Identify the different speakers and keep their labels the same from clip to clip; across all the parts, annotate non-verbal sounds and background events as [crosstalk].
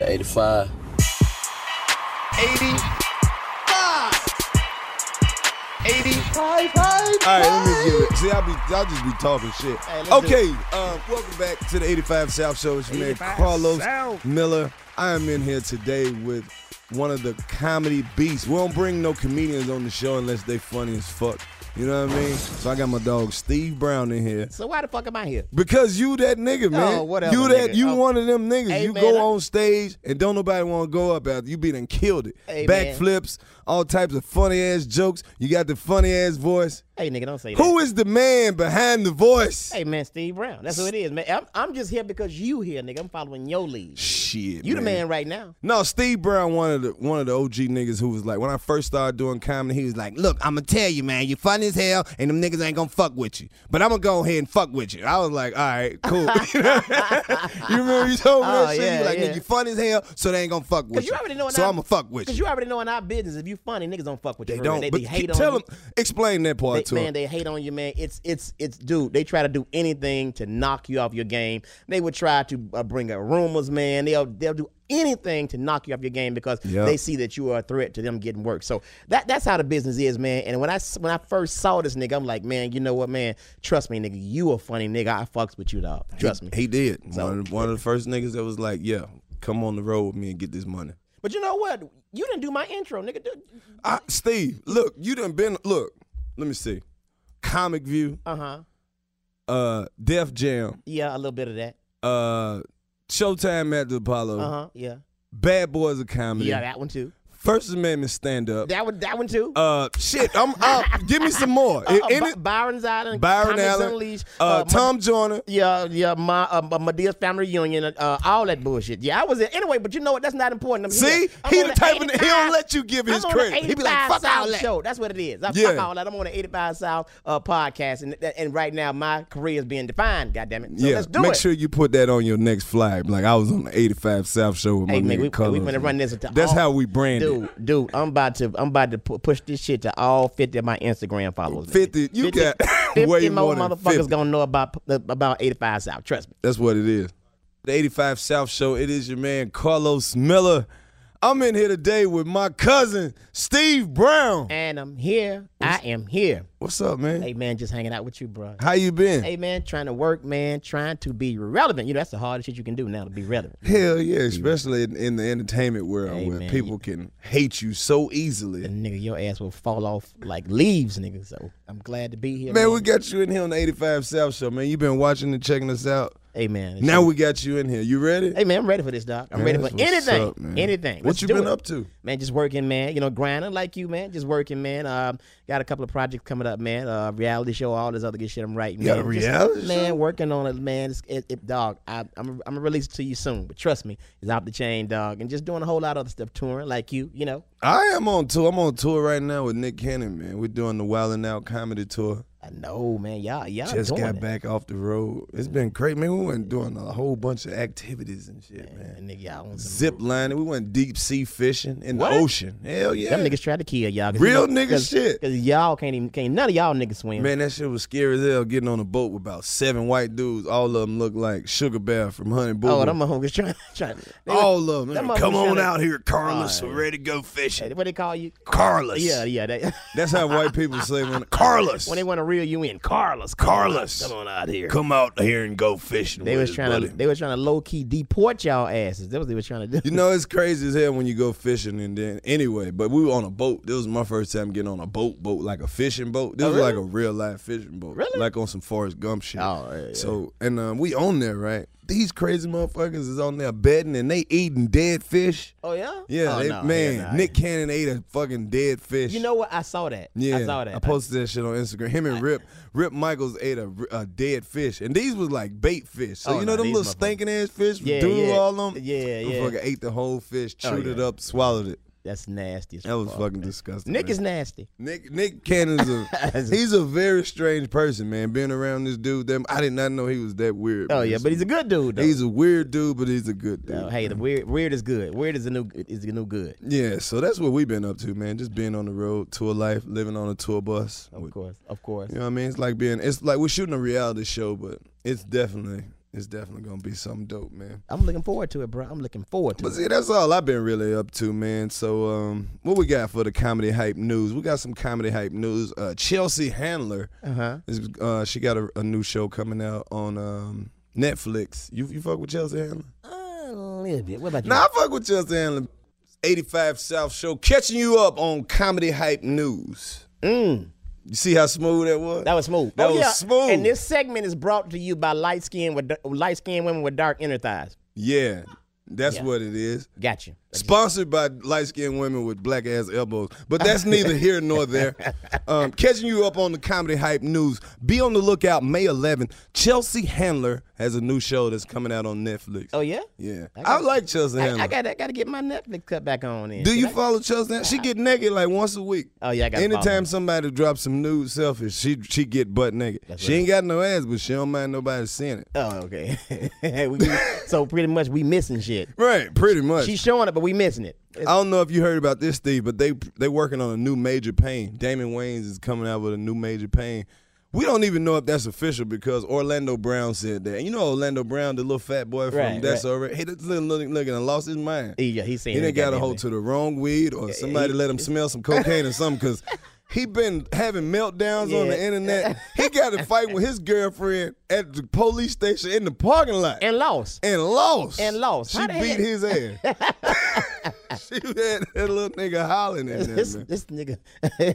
Speaker 1: The 85.
Speaker 2: 85.
Speaker 3: 85. All
Speaker 2: right, let me give it. See, I'll be, I'll just be talking shit.
Speaker 3: Hey, let's
Speaker 2: okay,
Speaker 3: do it.
Speaker 2: uh, welcome back to the 85 South Show. It's your man
Speaker 3: 85
Speaker 2: Carlos
Speaker 3: South.
Speaker 2: Miller. I am in here today with one of the comedy beasts. We don't bring no comedians on the show unless they funny as fuck. You know what I mean? So I got my dog Steve Brown in here.
Speaker 3: So why the fuck am I here?
Speaker 2: Because you that nigga, man.
Speaker 3: Oh, whatever,
Speaker 2: you that
Speaker 3: nigga.
Speaker 2: you
Speaker 3: Oh.
Speaker 2: one of them niggas.
Speaker 3: Hey,
Speaker 2: you
Speaker 3: man,
Speaker 2: go
Speaker 3: I-
Speaker 2: on stage and don't nobody want to go up after you be done killed it.
Speaker 3: Hey, man.
Speaker 2: Backflips, all types of funny ass jokes. You got the funny ass voice.
Speaker 3: Hey, nigga, don't say that.
Speaker 2: Who is the man behind the voice?
Speaker 3: Hey, man, Steve Brown. That's who it is, man. I'm, I'm just here because you here, nigga. I'm following your lead.
Speaker 2: Shit,
Speaker 3: You the man right now.
Speaker 2: No, Steve Brown, one of the one of the OG niggas who was like, when I first started doing comedy, he was like, "Look, I'ma tell you, man, you funny as hell, and them niggas ain't gonna fuck with you, but I'ma go ahead and fuck with you." I was like, "All right, cool." [laughs] you
Speaker 3: [laughs]
Speaker 2: remember you told me
Speaker 3: Oh,
Speaker 2: that shit?
Speaker 3: yeah,
Speaker 2: you like,
Speaker 3: yeah.
Speaker 2: "Nigga, you funny as hell, so they ain't gonna fuck with
Speaker 3: Because
Speaker 2: you."
Speaker 3: you already know in
Speaker 2: so
Speaker 3: our-
Speaker 2: I'ma fuck with
Speaker 3: Because
Speaker 2: you.
Speaker 3: you already know in our business, if you funny, niggas don't fuck with you.
Speaker 2: They
Speaker 3: for real.
Speaker 2: don't.
Speaker 3: They,
Speaker 2: but
Speaker 3: be hate
Speaker 2: keep-
Speaker 3: on
Speaker 2: tell
Speaker 3: you.
Speaker 2: them, explain that part
Speaker 3: They,
Speaker 2: to
Speaker 3: man,
Speaker 2: them.
Speaker 3: they hate on you, man. It's it's it's dude. They try to do anything to knock you off your game. They would try to uh, bring up rumors, man. They'll they'll do anything to knock you off your game because
Speaker 2: Yep.
Speaker 3: they see that you are a threat to them getting work. So that that's how the business is, man. And when I s- when I first saw this nigga, I'm like, man, you know what, man? Trust me, nigga. You a funny nigga. I fucks with you, dog. Trust me.
Speaker 2: He did.
Speaker 3: So-
Speaker 2: one, of the, one of the first niggas that was like, "Yeah, come on the road with me and get this money."
Speaker 3: But you know what? You didn't do my intro, nigga. Dude.
Speaker 2: I, Steve, look, you done been look. Let me see. Comic View,
Speaker 3: Uh huh.
Speaker 2: uh, Def Jam,
Speaker 3: Yeah, a little bit of that.
Speaker 2: uh, Showtime at the Apollo,
Speaker 3: Uh huh. Yeah.
Speaker 2: Bad Boys of Comedy,
Speaker 3: Yeah, that one too.
Speaker 2: First Amendment Stand Up.
Speaker 3: That one. That one too.
Speaker 2: uh, shit, I'm out. give me some more.
Speaker 3: [laughs] Uh, uh,
Speaker 2: Any-
Speaker 3: By- Byron's Island,
Speaker 2: Byron
Speaker 3: Comics
Speaker 2: Allen,
Speaker 3: Unleashed,
Speaker 2: uh,
Speaker 3: uh, Ma-
Speaker 2: Tom Joyner.
Speaker 3: yeah, yeah, my uh, my- my dear family reunion, uh, all that bullshit. Yeah, I was there anyway. But you know what? That's not important. I'm
Speaker 2: See,
Speaker 3: here. I'm
Speaker 2: he
Speaker 3: on
Speaker 2: the type of he
Speaker 3: 85
Speaker 2: don't let you give his
Speaker 3: I'm on the
Speaker 2: credit. He be like,
Speaker 3: 85
Speaker 2: fuck all
Speaker 3: South
Speaker 2: that.
Speaker 3: Show. That's what it is. I fuck
Speaker 2: Yeah.
Speaker 3: all that. I'm on the 85 South uh, podcast, and, and right now my career is being defined. God damn it. So
Speaker 2: yeah,
Speaker 3: let's do
Speaker 2: make
Speaker 3: it.
Speaker 2: sure you put that on your next flyer. Like I was on the 85 South Show with my
Speaker 3: Hey, nigga,
Speaker 2: nigga
Speaker 3: we, we
Speaker 2: Carlos.
Speaker 3: finna run this. To
Speaker 2: That's
Speaker 3: all-
Speaker 2: how we brand it.
Speaker 3: Dude, dude, I'm about to, I'm about to pu- push this shit to all 50 of my Instagram followers. nigga.
Speaker 2: 50 you got [laughs]
Speaker 3: 50
Speaker 2: way
Speaker 3: more
Speaker 2: more than
Speaker 3: motherfuckers
Speaker 2: 50.
Speaker 3: gonna know about uh, about 85 South. Trust me.
Speaker 2: That's what it is. The 85 South Show, it is your man Carlos Miller. I'm in here today with my cousin, Steve Brown.
Speaker 3: And I'm here. I am here.
Speaker 2: What's up, man?
Speaker 3: Hey man, just hanging out with you, bro.
Speaker 2: How you been?
Speaker 3: Hey man, trying to work, man, trying to be relevant. You know that's the hardest shit you can do now to be relevant.
Speaker 2: Hell yeah, especially in, in the entertainment world
Speaker 3: Hey,
Speaker 2: where
Speaker 3: man,
Speaker 2: people can hate you so easily.
Speaker 3: And nigga, your ass will fall off like leaves, nigga. So I'm glad to be here.
Speaker 2: Man, we got you in here on the 85 South Show, man. You've been watching and checking us out.
Speaker 3: hey man.
Speaker 2: Now we got you in here. You ready?
Speaker 3: Hey man, I'm ready for this, dog. I'm
Speaker 2: Man,
Speaker 3: ready for
Speaker 2: that's what's
Speaker 3: anything,
Speaker 2: up, man.
Speaker 3: anything.
Speaker 2: What
Speaker 3: Let's
Speaker 2: you
Speaker 3: do
Speaker 2: been
Speaker 3: it.
Speaker 2: up to?
Speaker 3: man? Just working, man. You know, grinding like you, man. Just working, man. Um, got a couple of projects coming up, man. Uh, reality show, all this other good shit. I'm writing.
Speaker 2: got
Speaker 3: man.
Speaker 2: a
Speaker 3: Just,
Speaker 2: reality
Speaker 3: man.
Speaker 2: show?
Speaker 3: Working on it, man. It's, it, it, dog. I, I'm, I'm gonna release it to you soon, but trust me, it's off the chain, dog. And just doing a whole lot of other stuff, touring like you, you know.
Speaker 2: I am on tour. I'm on tour right now with Nick Cannon, man. We're doing the Wild and Out comedy tour.
Speaker 3: I know, man. Y'all, y'all
Speaker 2: Just
Speaker 3: doing
Speaker 2: got
Speaker 3: it.
Speaker 2: back off the road. It's been crazy, man. We went doing a whole bunch of activities and shit, man.
Speaker 3: Man, nigga, y'all on some-
Speaker 2: Zip lining. We went deep sea fishing in
Speaker 3: What?
Speaker 2: the ocean. Hell yeah.
Speaker 3: Them niggas tried to kill y'all.
Speaker 2: Real nigga shit.
Speaker 3: Because y'all can't even, can't, none of y'all niggas swim.
Speaker 2: Man, that shit was scary as hell. Getting on a boat with about seven white dudes. All of them look like Sugar Bear from Honey Boo.
Speaker 3: oh,
Speaker 2: Boo.
Speaker 3: them motherfuckers [laughs] trying, trying they,
Speaker 2: all of
Speaker 3: them
Speaker 2: them.
Speaker 3: motherfuckers
Speaker 2: Come on
Speaker 3: tryna-
Speaker 2: out here, Carlos.
Speaker 3: All
Speaker 2: We're ready to go fishing.
Speaker 3: What they call you?
Speaker 2: Carlos.
Speaker 3: Yeah, yeah. They, [laughs]
Speaker 2: That's how white people say when Carlos.
Speaker 3: when they want to reel you in, Carlos, come
Speaker 2: Carlos.
Speaker 3: on out, come on out here.
Speaker 2: come out here and go fishing.
Speaker 3: They
Speaker 2: with
Speaker 3: was
Speaker 2: us,
Speaker 3: trying
Speaker 2: buddy.
Speaker 3: to, they was trying to low key deport y'all asses. That's what they was trying to do.
Speaker 2: You know it's crazy as hell when you go fishing and then anyway, but we were on a boat. This was my first time getting on a boat, boat like a fishing boat. This was like a real life fishing boat,
Speaker 3: Oh, Really?
Speaker 2: like on some Forrest Gump shit.
Speaker 3: Oh, yeah, yeah.
Speaker 2: So and um, we on there, right? These crazy motherfuckers is on there betting and they eating dead fish.
Speaker 3: [laughs] oh yeah,
Speaker 2: Yeah,
Speaker 3: Oh,
Speaker 2: they-
Speaker 3: no,
Speaker 2: man,
Speaker 3: hell no.
Speaker 2: Nick Cannon ate a fucking dead fish.
Speaker 3: You know what? I saw that.
Speaker 2: Yeah,
Speaker 3: I saw that.
Speaker 2: I posted that shit on Instagram. Him and Rip, Rip Michaels ate a, a dead fish, and these was like bait fish. So
Speaker 3: Oh,
Speaker 2: you know
Speaker 3: no,
Speaker 2: them
Speaker 3: these
Speaker 2: little
Speaker 3: motherfuckers-
Speaker 2: stinking ass fish,
Speaker 3: Yeah,
Speaker 2: do
Speaker 3: yeah.
Speaker 2: all them.
Speaker 3: Yeah, yeah.
Speaker 2: Motherfucker ate the whole fish,
Speaker 3: Oh,
Speaker 2: chewed it
Speaker 3: yeah.
Speaker 2: up, swallowed it.
Speaker 3: That's nasty. As
Speaker 2: That was
Speaker 3: fuck,
Speaker 2: fucking
Speaker 3: man.
Speaker 2: disgusting.
Speaker 3: Nick
Speaker 2: man.
Speaker 3: is nasty. Oh,
Speaker 2: Nick Nick Cannon's
Speaker 3: [laughs]
Speaker 2: a he's a very strange person, man. Being around this dude, them I did not know he was that weird.
Speaker 3: Oh
Speaker 2: man.
Speaker 3: yeah, but he's a good dude though.
Speaker 2: he's a weird dude, but he's a good dude.
Speaker 3: Oh, hey, the weird, weird is good. Weird is the new is the new good.
Speaker 2: Yeah, so that's what we've been up to, man. Just being on the road, tour life, living on a tour bus.
Speaker 3: Of course, of course.
Speaker 2: You know what I mean? It's like being it's like we're shooting a reality show, but it's definitely it's definitely gonna be something dope, man.
Speaker 3: I'm looking forward to it, bro. I'm looking forward to
Speaker 2: But
Speaker 3: it.
Speaker 2: see, that's all I've been really up to, man. So, um, what we got for the comedy hype news? We got some comedy hype news. Uh, Chelsea Handler, uh-huh. is, uh, she got a, a new show coming out on um, Netflix. You you fuck with Chelsea Handler?
Speaker 3: A little bit. What about you?
Speaker 2: Nah, I fuck with Chelsea Handler. 85 South Show catching you up on comedy hype news. Mm. You see how smooth that was?
Speaker 3: That was smooth.
Speaker 2: That
Speaker 3: Oh,
Speaker 2: was
Speaker 3: yeah.
Speaker 2: smooth.
Speaker 3: And this segment is brought to you by light skinned with light skinned women with dark inner thighs.
Speaker 2: yeah, that's
Speaker 3: Yeah.
Speaker 2: what it is.
Speaker 3: Got you.
Speaker 2: Sponsored by light skinned women with black ass elbows.
Speaker 3: [laughs]
Speaker 2: But that's neither here nor there. Um, catching you up on the comedy hype news. Be on the lookout May 11th. Chelsea Handler has a new show that's coming out on Netflix.
Speaker 3: Oh yeah.
Speaker 2: Yeah. I,
Speaker 3: got-
Speaker 2: like Chelsea
Speaker 3: I,
Speaker 2: Handler.
Speaker 3: I got I got to get my Netflix cut back on. Then.
Speaker 2: Do you follow Chelsea? Handler? She get naked like once a week.
Speaker 3: Oh, yeah, I gotta follow
Speaker 2: Anytime
Speaker 3: her.
Speaker 2: somebody drops some nude selfies, she she get butt naked. she ain't got no ass, but she don't mind nobody seeing it.
Speaker 3: Oh okay. [laughs] We- we- so pretty much we missing shit.
Speaker 2: Right, pretty much.
Speaker 3: She's showing it, but we missing it. It's-
Speaker 2: I don't know if you heard about this, Steve, but they they working on a new major pain. Damon Wayans is coming out with a new major pain. We don't even know if that's official because Orlando Brown said that. And you know Orlando Brown, the little fat boy from
Speaker 3: Right,
Speaker 2: That's
Speaker 3: right.
Speaker 2: Alright. He just look, look, look and lost his mind.
Speaker 3: He- yeah, he's saying
Speaker 2: he
Speaker 3: it
Speaker 2: done got a
Speaker 3: goddamn
Speaker 2: hold
Speaker 3: thing.
Speaker 2: to the wrong weed or somebody let him smell
Speaker 3: [laughs]
Speaker 2: some cocaine or something because he been having meltdowns on
Speaker 3: Yeah.
Speaker 2: the internet.
Speaker 3: [laughs]
Speaker 2: He got a fight with his girlfriend at the police station in the parking lot
Speaker 3: and lost.
Speaker 2: and lost.
Speaker 3: And lost.
Speaker 2: She
Speaker 3: How the
Speaker 2: beat
Speaker 3: hell-
Speaker 2: his ass. [laughs] she had that little nigga hollering at
Speaker 3: [laughs] This,
Speaker 2: him.
Speaker 3: this nigga,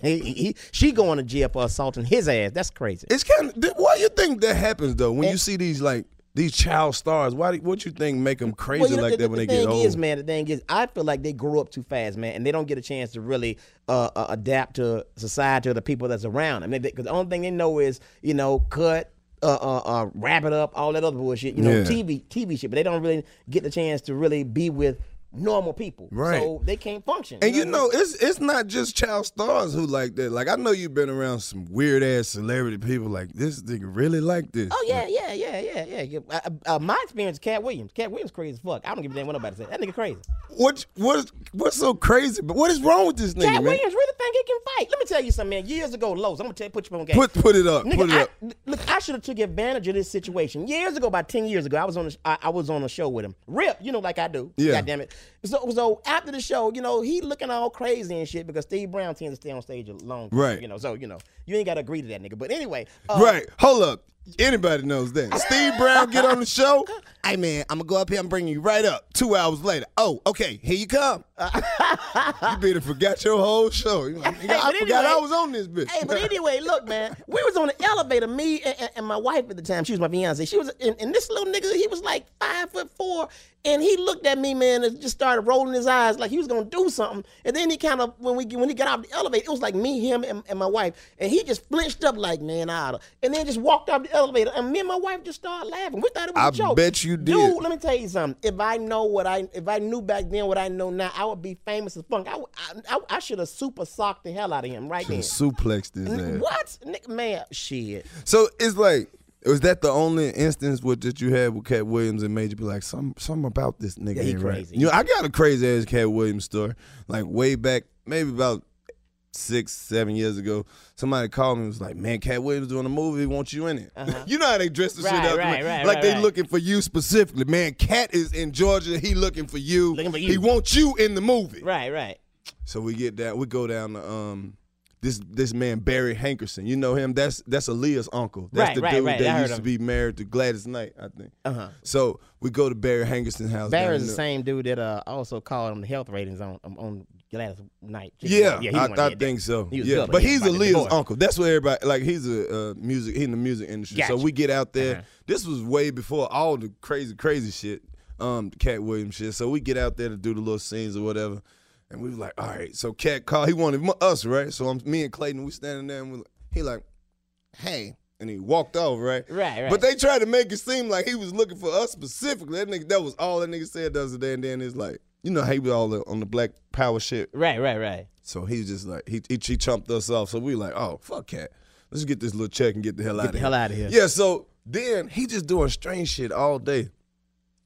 Speaker 3: he, he- she going to jail for assaulting his ass. That's crazy.
Speaker 2: It's kind of why you think that happens though. When you see these like these child stars, why do- what you think make them crazy
Speaker 3: Well, you know,
Speaker 2: like
Speaker 3: the,
Speaker 2: that when
Speaker 3: the
Speaker 2: they get
Speaker 3: thing
Speaker 2: old?
Speaker 3: is, man, the thing is, I feel like they grow up too fast, man, and they don't get a chance to really uh, uh, adapt to society or the people that's around them. I mean, because the only thing they know is, you know, cut, uh, uh, uh, wrap it up, all that other bullshit, you know,
Speaker 2: Yeah.
Speaker 3: TV, TV shit. But they don't really get the chance to really be with normal people,
Speaker 2: Right.
Speaker 3: So they can't function.
Speaker 2: And you
Speaker 3: what I mean?
Speaker 2: know, it's it's not just child stars who like that. Like I know you've been around some weird ass celebrity people. Like this nigga really like this.
Speaker 3: Oh yeah, yeah, yeah, yeah, yeah. yeah. Uh, uh, my experience, Cat Williams. Cat Williams crazy as fuck. I don't give a damn what nobody said. That nigga crazy.
Speaker 2: What what is what's so crazy? But what is wrong with this nigga,
Speaker 3: Cat
Speaker 2: man?
Speaker 3: Williams really think he can fight. Let me tell you something, man. Years ago, Lowe's. I'm gonna tell you, put you on game.
Speaker 2: Put put it up.
Speaker 3: Nigga,
Speaker 2: put it
Speaker 3: I,
Speaker 2: up.
Speaker 3: Look, I should have took advantage of this situation years ago. About ten years ago, I was on a, I, I was on a show with him. Rip, you know, like I do.
Speaker 2: Yeah.
Speaker 3: God damn it. So, so after the show, you know, he looking all crazy and shit because Steve Brown tends to stay on stage alone.
Speaker 2: Right.
Speaker 3: You know, so you know, you ain't gotta agree to that nigga. But anyway, uh,
Speaker 2: Right. Hold up. Anybody knows that. Steve Brown get on the show. [laughs] Hey man, I'm gonna go up here. I'm bringing you right up. Two hours later. Oh, okay. Here you come. [laughs] you better forgot your whole show. [laughs] You like, "Nigga, I
Speaker 3: But
Speaker 2: forgot
Speaker 3: anyway-
Speaker 2: I was on this bitch.
Speaker 3: Hey,
Speaker 2: [laughs]
Speaker 3: but anyway, look, man, we was on the elevator, me and, and- and my wife at the time. She was my fiance. She was, and, and this little nigga, he was like five foot four, and he looked at me, man, and just started rolling his eyes like he was gonna do something. And then he kind of, when we when he got out of the elevator, it was like me, him, and, and my wife, and he just flinched up like, man, out, and then just walked out the elevator, and me and my wife just started laughing. We thought it was a
Speaker 2: I
Speaker 3: joke.
Speaker 2: bet you did.
Speaker 3: dude. Let me tell you something. If I know what I, if I knew back then what I know now, I would would be famous as fuck. I, would- I, I, I should have super socked the hell out of him right
Speaker 2: Should
Speaker 3: then.
Speaker 2: have suplexed his
Speaker 3: N-
Speaker 2: ass.
Speaker 3: [laughs] What? Nick, man, shit.
Speaker 2: So it's like, was that the only instance what that you had with Cat Williams and made you be like, some something about this nigga
Speaker 3: he
Speaker 2: ain't right?
Speaker 3: crazy.
Speaker 2: You know, I got a crazy ass Cat Williams story. Like way back, maybe about six, seven years ago, somebody called me and was like, "Man, Cat Williams doing a movie. Want you in it?" [laughs] you know how they dress the
Speaker 3: Uh-huh. Right,
Speaker 2: shit up,
Speaker 3: right,
Speaker 2: like,
Speaker 3: right,
Speaker 2: like
Speaker 3: right,
Speaker 2: they
Speaker 3: right.
Speaker 2: looking for you specifically. Man, Cat is in Georgia. He looking for you.
Speaker 3: Looking for
Speaker 2: He
Speaker 3: you.
Speaker 2: wants you in the movie.
Speaker 3: Right, right.
Speaker 2: So we get down, we go down to um this this man Barry Hankerson. You know him? That's that's Aaliyah's uncle. That's
Speaker 3: Right,
Speaker 2: the
Speaker 3: right,
Speaker 2: dude
Speaker 3: right. I
Speaker 2: that
Speaker 3: heard
Speaker 2: used to
Speaker 3: him.
Speaker 2: be married to Gladys Knight, I think.
Speaker 3: Uh-huh.
Speaker 2: So we go to Barry Hankerson's house. down
Speaker 3: Barron's the
Speaker 2: there.
Speaker 3: same dude that uh, also called him the health ratings on um, on last night.
Speaker 2: Yeah,
Speaker 3: he the
Speaker 2: I,
Speaker 3: one that
Speaker 2: I
Speaker 3: did that.
Speaker 2: think so.
Speaker 3: He was
Speaker 2: yeah,
Speaker 3: good,
Speaker 2: but
Speaker 3: yeah,
Speaker 2: he's
Speaker 3: about the
Speaker 2: Aaliyah's
Speaker 3: divorce.
Speaker 2: uncle. That's what everybody like. He's a uh, music. He in the music industry. So
Speaker 3: Gotcha. Uh-huh.
Speaker 2: we get out there. This was way before all the crazy, crazy shit. Um, the Cat Williams shit. So we get out there to do the little scenes or whatever, and we was like, all right. So Cat called. He wanted mu- us, right? So I'm me and Clayton. We standing there, and we he like, hey. And he walked off, right?
Speaker 3: Right, right.
Speaker 2: But they tried to make it seem like he was looking for us specifically. That nigga, that was all that nigga said the other day. And then it's like, you know, how he was all on the black power shit.
Speaker 3: Right, right, right.
Speaker 2: So he was just like he he, he chumped us off. So we like, oh fuck cat. Let's get this little check and get the hell out of
Speaker 3: the
Speaker 2: here.
Speaker 3: hell outta here.
Speaker 2: Yeah, so then he just doing strange shit all day.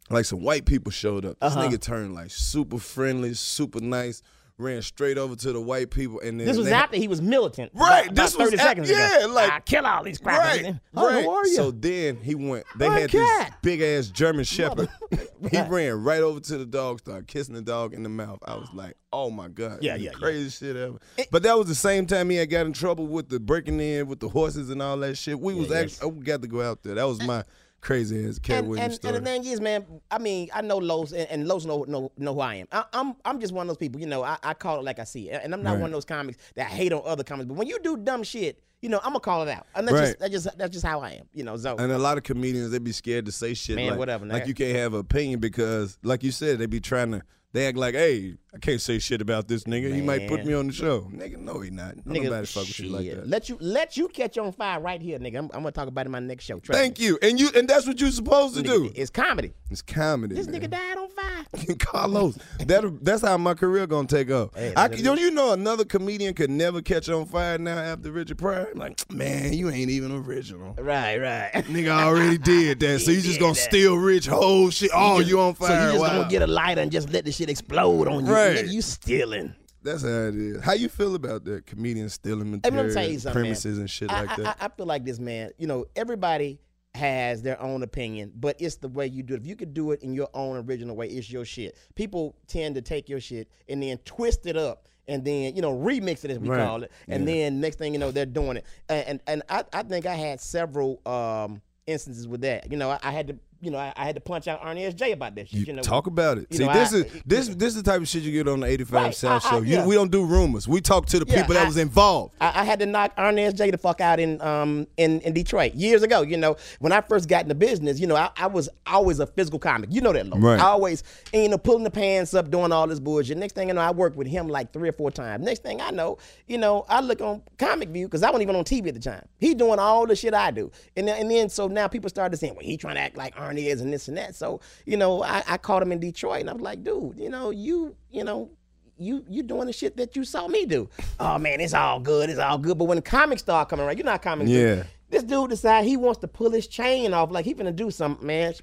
Speaker 2: Like some white people showed up. This
Speaker 3: Uh-huh.
Speaker 2: nigga turned like super friendly, super nice, ran straight over to the white people and then
Speaker 3: This was
Speaker 2: they-
Speaker 3: after he was militant.
Speaker 2: Right,
Speaker 3: About,
Speaker 2: this
Speaker 3: about
Speaker 2: was
Speaker 3: 30
Speaker 2: at-
Speaker 3: seconds
Speaker 2: yeah,
Speaker 3: ago.
Speaker 2: like-
Speaker 3: I kill all these crackers.
Speaker 2: Right,
Speaker 3: Oh,
Speaker 2: right.
Speaker 3: who are you?
Speaker 2: So then he went. They
Speaker 3: I'm
Speaker 2: had this
Speaker 3: Cat.
Speaker 2: big ass German Shepherd. [laughs] he ran right over to the dog, started kissing the dog in the mouth. I was like, "Oh my god,
Speaker 3: Yeah,
Speaker 2: this
Speaker 3: yeah,
Speaker 2: is
Speaker 3: yeah.
Speaker 2: crazy shit ever."
Speaker 3: Eh.
Speaker 2: but that was the same time he had got in trouble with the breaking in with the horses and all that shit. We was actually, oh, we got to go out there. That was my crazy ass Cat
Speaker 3: Eh. and,
Speaker 2: Williams
Speaker 3: and,
Speaker 2: story.
Speaker 3: and the thing is, man, I mean, I know Los, and, and Los know, know know who I am. I, I'm I'm just one of those people, you know. I, I call it like I see it, and I'm not one of those comics that hate on other comics. But when you do dumb shit, you know, I'm gonna call it out, and that's
Speaker 2: Right.
Speaker 3: just that's just that's just how I am, you know. So
Speaker 2: And a lot of comedians they be scared to say shit.
Speaker 3: Man,
Speaker 2: like,
Speaker 3: whatever,
Speaker 2: Like
Speaker 3: nigga.
Speaker 2: you can't have an opinion because, like you said, they be trying to. They act like, hey, I can't say shit about this nigga. He might put
Speaker 3: Man.
Speaker 2: me on the show. Nigga, no, he not. Don't
Speaker 3: nigga,
Speaker 2: nobody fuck with you like
Speaker 3: shit.
Speaker 2: that.
Speaker 3: Let you let you catch on fire right here, nigga. I'm, I'm gonna talk about it in my next show. Trust
Speaker 2: Thank you, and you, and that's what you're supposed to
Speaker 3: me.
Speaker 2: do.
Speaker 3: It's comedy.
Speaker 2: It's comedy.
Speaker 3: This
Speaker 2: man.
Speaker 3: nigga died
Speaker 2: [laughs]
Speaker 3: on fire.
Speaker 2: Carlos, that that's how my career gonna take off. I, don't you know another comedian could never catch on fire now after Richard Pryor? Like, man, you ain't even original.
Speaker 3: right, [laughs] right.
Speaker 2: Nigga already did that, so you just gonna steal Rich whole shit. Oh, you on
Speaker 3: So
Speaker 2: fire?
Speaker 3: you just
Speaker 2: wow.
Speaker 3: gonna get a lighter and just let the shit explode on you.
Speaker 2: Right.
Speaker 3: Nigga, you stealing.
Speaker 2: That's how it is. How you feel about that? Comedians stealing
Speaker 3: Hey, but
Speaker 2: material,
Speaker 3: let me tell you something, man.
Speaker 2: premises and shit
Speaker 3: I,
Speaker 2: like
Speaker 3: I-
Speaker 2: that.
Speaker 3: I, I feel like this, man. You know, everybody has their own opinion, but it's the way you do it. If you could do it in your own original way, it's your shit. People tend to take your shit and then twist it up. And then you know remix it as we
Speaker 2: Right.
Speaker 3: call it, and then next thing you know they're doing it. And and, and I, I think I had several um, instances with that. You know I, I had to you know I, I had to punch out Ernie S J about that shit. You,
Speaker 2: you
Speaker 3: know
Speaker 2: talk about it.
Speaker 3: you
Speaker 2: See,
Speaker 3: know,
Speaker 2: this
Speaker 3: I-
Speaker 2: is this this is the type of shit you get on the eighty five
Speaker 3: Right,
Speaker 2: South
Speaker 3: I- I-
Speaker 2: show. You-
Speaker 3: yeah.
Speaker 2: we don't do rumors. We talk to the
Speaker 3: Yeah,
Speaker 2: people that
Speaker 3: I-
Speaker 2: was involved.
Speaker 3: I, I had to knock Ernest J the fuck out in um in, in Detroit years ago. You know, when I first got in the business, you know, I, I was always a physical comic. You know that, Lord.
Speaker 2: Right.
Speaker 3: I always, and, you know, pulling the pants up, doing all this bullshit. Next thing I know, I worked with him like three or four times. Next thing I know, you know, I look on Comic View because I wasn't even on TV at the time. He doing all the shit I do, and then, and then so now people started saying, well, he trying to act like Ernie is and this and that. So you know, I, I called him in Detroit, and I was like, dude, you know, you you know you you doing the shit that you saw me do. [laughs] Oh man, it's all good, it's all good. But when comics start coming around, you know how comics do.
Speaker 2: Yeah.
Speaker 3: This dude decide he wants to pull his chain off, like he finna do something, man.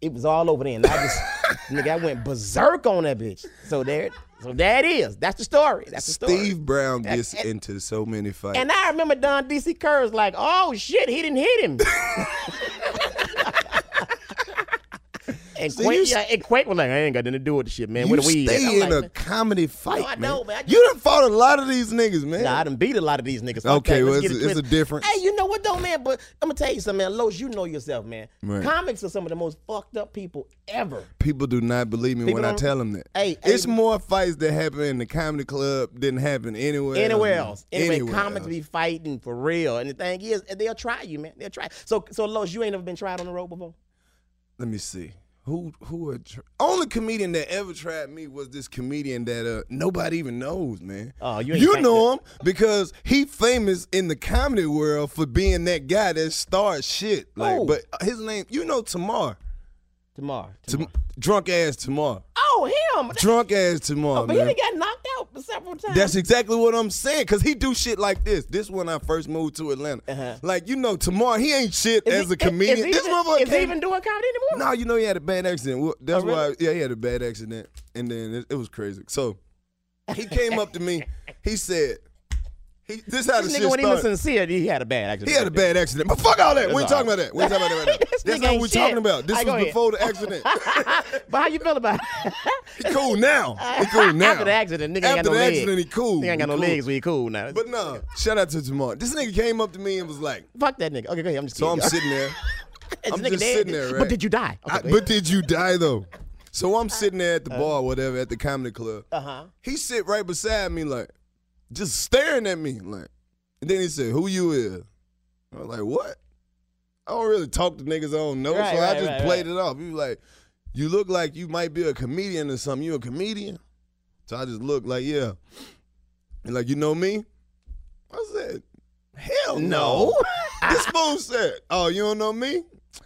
Speaker 3: It was all over then. I just [laughs] nigga, I went berserk on that bitch. So there, so there it is. That's the story. That's the story.
Speaker 2: Steve Brown
Speaker 3: That-
Speaker 2: gets
Speaker 3: and-
Speaker 2: into so many fights.
Speaker 3: And I remember Don DC Kerr's like, oh shit, he didn't
Speaker 2: [laughs]
Speaker 3: hit him. and,
Speaker 2: you
Speaker 3: Quake,
Speaker 2: s-
Speaker 3: yeah, and Quake was like, I ain't got nothing to do with the shit, man.
Speaker 2: you
Speaker 3: What are we at? I'm
Speaker 2: stay in
Speaker 3: like,
Speaker 2: a
Speaker 3: "Man,
Speaker 2: comedy fight,
Speaker 3: I
Speaker 2: man.
Speaker 3: don't, man. I just-
Speaker 2: you done fought a lot of these niggas, man.
Speaker 3: Nah, I done beat a lot of these niggas. Fuck
Speaker 2: Okay,
Speaker 3: that.
Speaker 2: well,
Speaker 3: Let's get
Speaker 2: it's
Speaker 3: it
Speaker 2: a- it's a
Speaker 3: twisted.
Speaker 2: difference.
Speaker 3: Hey, you know what though, man? But I'm gonna tell you something, man. Los, you know yourself, man.
Speaker 2: Right.
Speaker 3: Comics are some of the most fucked up people ever.
Speaker 2: People do not believe me
Speaker 3: People
Speaker 2: when I
Speaker 3: don't-
Speaker 2: tell them that.
Speaker 3: Hey,
Speaker 2: it's
Speaker 3: hey.
Speaker 2: more fights that happen in the comedy club than happen anywhere
Speaker 3: Anywhere
Speaker 2: man.
Speaker 3: else, anyway,
Speaker 2: mm, Anywhere
Speaker 3: comics
Speaker 2: else.
Speaker 3: be fighting for real, and the thing is, they'll try you, man. They'll try. So, so Los, you ain't never been tried on the road before.
Speaker 2: let me see who who are tr- only comedian that ever tried me was this comedian that uh nobody even knows man
Speaker 3: Oh, you ain't
Speaker 2: you
Speaker 3: thank
Speaker 2: know him because he famous in the comedy world for being that guy that starts shit like
Speaker 3: Who?
Speaker 2: but uh, his name you know Tamar
Speaker 3: Tomorrow.
Speaker 2: Tam- drunk ass Tamar
Speaker 3: Oh him.
Speaker 2: Drunk ass tomorrow,
Speaker 3: Oh, but he
Speaker 2: Oh, man.
Speaker 3: done got knocked out several times.
Speaker 2: That's exactly what I'm saying. Cause he do shit like this. This when I first moved to Atlanta. Like you know, tomorrow he ain't shit
Speaker 3: Is
Speaker 2: as
Speaker 3: Uh-huh. he-
Speaker 2: a comedian.
Speaker 3: Is, he
Speaker 2: this
Speaker 3: even-
Speaker 2: motherfucker
Speaker 3: is he
Speaker 2: came-
Speaker 3: even doing comedy anymore?
Speaker 2: No, you know he had a bad accident. Well, That's
Speaker 3: Oh, really?
Speaker 2: why. Yeah, he had a bad accident, and then it, it was crazy. So he came up to me. He said, "He this how the
Speaker 3: this
Speaker 2: shit
Speaker 3: nigga wasn't even
Speaker 2: started.
Speaker 3: sincere. He had a bad accident.
Speaker 2: He had a bad accident, but fuck all that. We ain't
Speaker 3: That's
Speaker 2: talking
Speaker 3: all
Speaker 2: about that. We ain't talking about that right now.
Speaker 3: [laughs]
Speaker 2: That's
Speaker 3: This nigga
Speaker 2: not what
Speaker 3: ain't
Speaker 2: we're
Speaker 3: shit.
Speaker 2: talking about. This
Speaker 3: All right, go
Speaker 2: was
Speaker 3: ahead.
Speaker 2: before the accident.
Speaker 3: but how you feel about it?
Speaker 2: he cool now. He cool now.
Speaker 3: [laughs] After the accident, nigga ain't
Speaker 2: After
Speaker 3: got no
Speaker 2: the
Speaker 3: legs.
Speaker 2: accident, he cool.
Speaker 3: Nigga ain't got
Speaker 2: He
Speaker 3: no
Speaker 2: cool.
Speaker 3: legs, so he cool now.
Speaker 2: But no, shout out to Jamal. This nigga came up to me and was like,
Speaker 3: Fuck that nigga. Okay, go ahead. I'm just
Speaker 2: "So I'm
Speaker 3: kidding. [laughs]
Speaker 2: sitting there."
Speaker 3: This
Speaker 2: I'm
Speaker 3: nigga
Speaker 2: just
Speaker 3: dead.
Speaker 2: sitting there, right?
Speaker 3: But did you die?
Speaker 2: I-
Speaker 3: Okay, Uh. go
Speaker 2: but did you die though? So I'm sitting there at the bar, whatever, at the comedy club.
Speaker 3: Uh-huh.
Speaker 2: He sit right beside me, like just staring at me, like. And then he said, "Who you is?" I was like, "What?" I don't really talk to niggas I don't know,
Speaker 3: Right,
Speaker 2: so
Speaker 3: right,
Speaker 2: I just
Speaker 3: right,
Speaker 2: played it off. He was like, "You look like you might be a comedian or something. You a comedian?" So I just looked like, "Yeah." And like, you know me? I said, "Hell no." [laughs] this fool said, "Oh, you don't know me?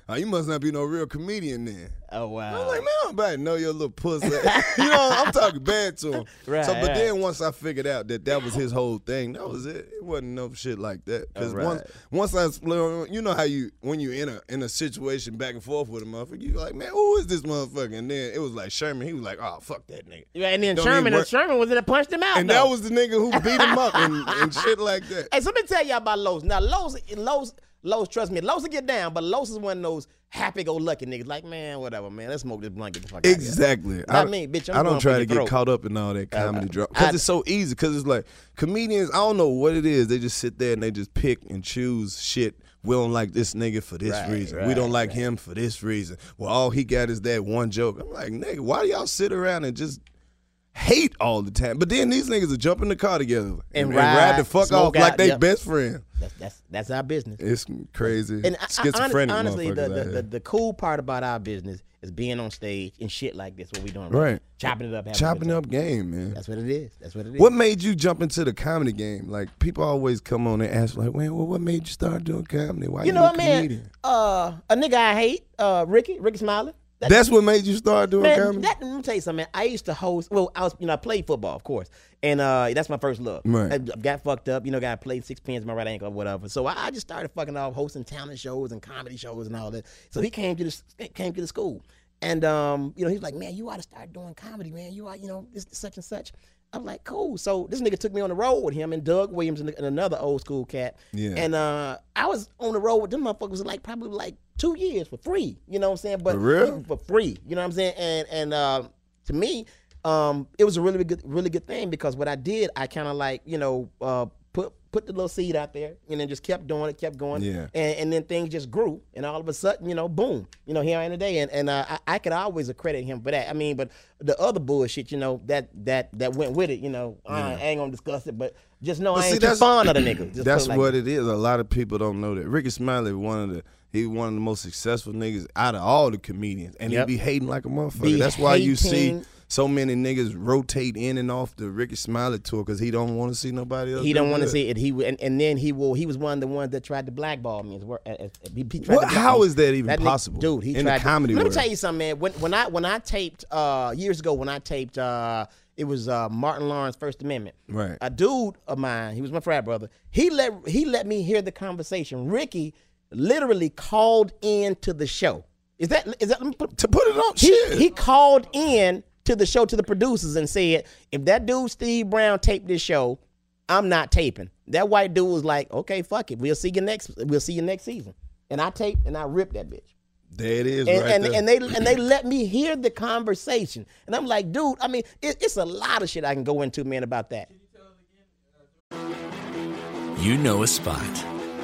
Speaker 2: Oh, you must not be no real comedian then."
Speaker 3: Oh
Speaker 2: I
Speaker 3: wow.
Speaker 2: was like, man, nobody know your little pussy. you know, I'm talking bad to him.
Speaker 3: [laughs] Right,
Speaker 2: so, but
Speaker 3: right.
Speaker 2: then once I figured out that that was his whole thing, that was it. It wasn't no shit like that. Because
Speaker 3: Alright.
Speaker 2: once, once I, split- you know how you when you in a in a situation back and forth with a motherfucker, you like, man, who is this motherfucker? And then it was like Sherman. He was like, oh fuck that nigga.
Speaker 3: Yeah, and then
Speaker 2: Don't
Speaker 3: Sherman,
Speaker 2: even
Speaker 3: and
Speaker 2: work-
Speaker 3: Sherman was in there punched him out.
Speaker 2: And
Speaker 3: though.
Speaker 2: that was the nigga who beat him up and, and shit like that.
Speaker 3: Hey, so let me tell y'all about Lowe's. Now, Lowe's, Lowe's, Lowe's, trust me, Lowe's will get down, but Lowe's is one of those happy-go-lucky niggas. Like, man, whatever, man. Let's smoke this blunt. Get the fuck out of here.
Speaker 2: Exactly.
Speaker 3: Not me, bitch. I'm
Speaker 2: I
Speaker 3: going
Speaker 2: don't
Speaker 3: for
Speaker 2: try
Speaker 3: your
Speaker 2: to get
Speaker 3: throat.
Speaker 2: caught up in all that comedy
Speaker 3: I-
Speaker 2: drama
Speaker 3: I-
Speaker 2: because it's so easy. Because it's like comedians. I don't know what it is. They just sit there and they just pick and choose shit. We don't like this nigga for this
Speaker 3: Right,
Speaker 2: reason. we
Speaker 3: right,
Speaker 2: don't like him for this reason. Well, all he got is that one joke. I'm like, nigga, why do y'all sit around and just hate all the time? But then these niggas will jump in the car together and, and ride,
Speaker 3: ride,
Speaker 2: the fuck
Speaker 3: smoke
Speaker 2: off like
Speaker 3: out,
Speaker 2: they
Speaker 3: yep.
Speaker 2: best friend.
Speaker 3: That's that's that's our business.
Speaker 2: It's crazy.
Speaker 3: And I- I, honest,
Speaker 2: schizophrenic
Speaker 3: honestly, the,
Speaker 2: motherfuckers
Speaker 3: the,
Speaker 2: out
Speaker 3: [laughs] the,
Speaker 2: here.
Speaker 3: the cool part about our business is being on stage and shit like this. What we doing?
Speaker 2: Right.
Speaker 3: Chopping it up. having a good
Speaker 2: chopping
Speaker 3: time.
Speaker 2: up game, man.
Speaker 3: That's what it is. That's what it is.
Speaker 2: What made you jump into the comedy game? Like people always come on and ask, like, "Man, well, what made you start doing comedy? Why you,
Speaker 3: you know
Speaker 2: a
Speaker 3: what, man?
Speaker 2: comedian?"
Speaker 3: Uh, a nigga I hate, uh, Ricky, Ricky Smiley. That-
Speaker 2: That's what made you start doing
Speaker 3: Man,
Speaker 2: comedy.
Speaker 3: that, let me tell you something. Man. I used to host. Well, I was, you know, I played football, of course, and uh, that's my first love.
Speaker 2: Right.
Speaker 3: I, I got fucked up, you know. Got played six pins in my right ankle, or whatever. So I, I just started fucking off hosting talent shows and comedy shows and all that. So he came to the came to the school, and um, you know, he's like, "Man, you ought to start doing comedy, man. You ought, you know, this such and such." I'm like, "Cool." So this nigga took me on the road with him and Doug Williams and, and another old school cat.
Speaker 2: Yeah.
Speaker 3: And uh, I was on the road with them motherfuckers like probably like two years for free. You know what I'm saying? But
Speaker 2: For real?
Speaker 3: for free. You know what I'm saying? And and uh, to me, um, it was a really good, really good thing because what I did, I kind of like you know uh, put put the little seed out there, and then just kept doing it, kept going,
Speaker 2: Yeah.
Speaker 3: and, and then things just grew, and all of a sudden, you know, boom, you know, here I am today, and and uh, I, I could always accredit him for that. I mean, but the other bullshit, you know, that that that went with it, you know, I, ain't- I ain't gonna discuss it, but just know
Speaker 2: But
Speaker 3: I
Speaker 2: see,
Speaker 3: ain't too
Speaker 2: that's-
Speaker 3: fond of the nigga. Just
Speaker 2: That's
Speaker 3: put it like
Speaker 2: what
Speaker 3: that.
Speaker 2: it is. A lot of people don't know that Ricky Smiley one of the he one of the most successful niggas out of all the comedians, and
Speaker 3: Yep.
Speaker 2: he be hating like a motherfucker.
Speaker 3: Be
Speaker 2: That's why you see
Speaker 3: hating.
Speaker 2: so many niggas rotate in and off the Ricky Smiley tour because he don't want to see nobody else.
Speaker 3: He
Speaker 2: do
Speaker 3: don't want to
Speaker 2: good.
Speaker 3: see it. He w- and, and then he will. He was one of the ones that tried to blackball me. As well. as- as- he- he tried
Speaker 2: What-
Speaker 3: to black-
Speaker 2: how is that even
Speaker 3: nigga-
Speaker 2: possible
Speaker 3: dude? He
Speaker 2: in the
Speaker 3: tried to-
Speaker 2: comedy
Speaker 3: Let me
Speaker 2: world?
Speaker 3: tell you something, man. When when I when I taped uh, years ago, when I taped uh, it was uh, Martin Lawrence First Amendment.
Speaker 2: Right.
Speaker 3: A dude of mine, he was my frat brother. He let he let me hear the conversation. Ricky literally called in to the show. Is that is that? Let me put,
Speaker 2: to put it on.
Speaker 3: he,
Speaker 2: shit.
Speaker 3: he called in to the show to the producers and said, if that dude Steve Brown taped this show, I'm not taping. That white dude was like, okay, fuck it. We'll see you next we'll see you next season. And I taped and I ripped that bitch.
Speaker 2: there it is.
Speaker 3: And
Speaker 2: right
Speaker 3: and,
Speaker 2: there.
Speaker 3: and they and they let me hear the conversation. And I'm like, dude, I mean, it, it's a lot of shit I can go into, man, about that.
Speaker 4: You know a spot,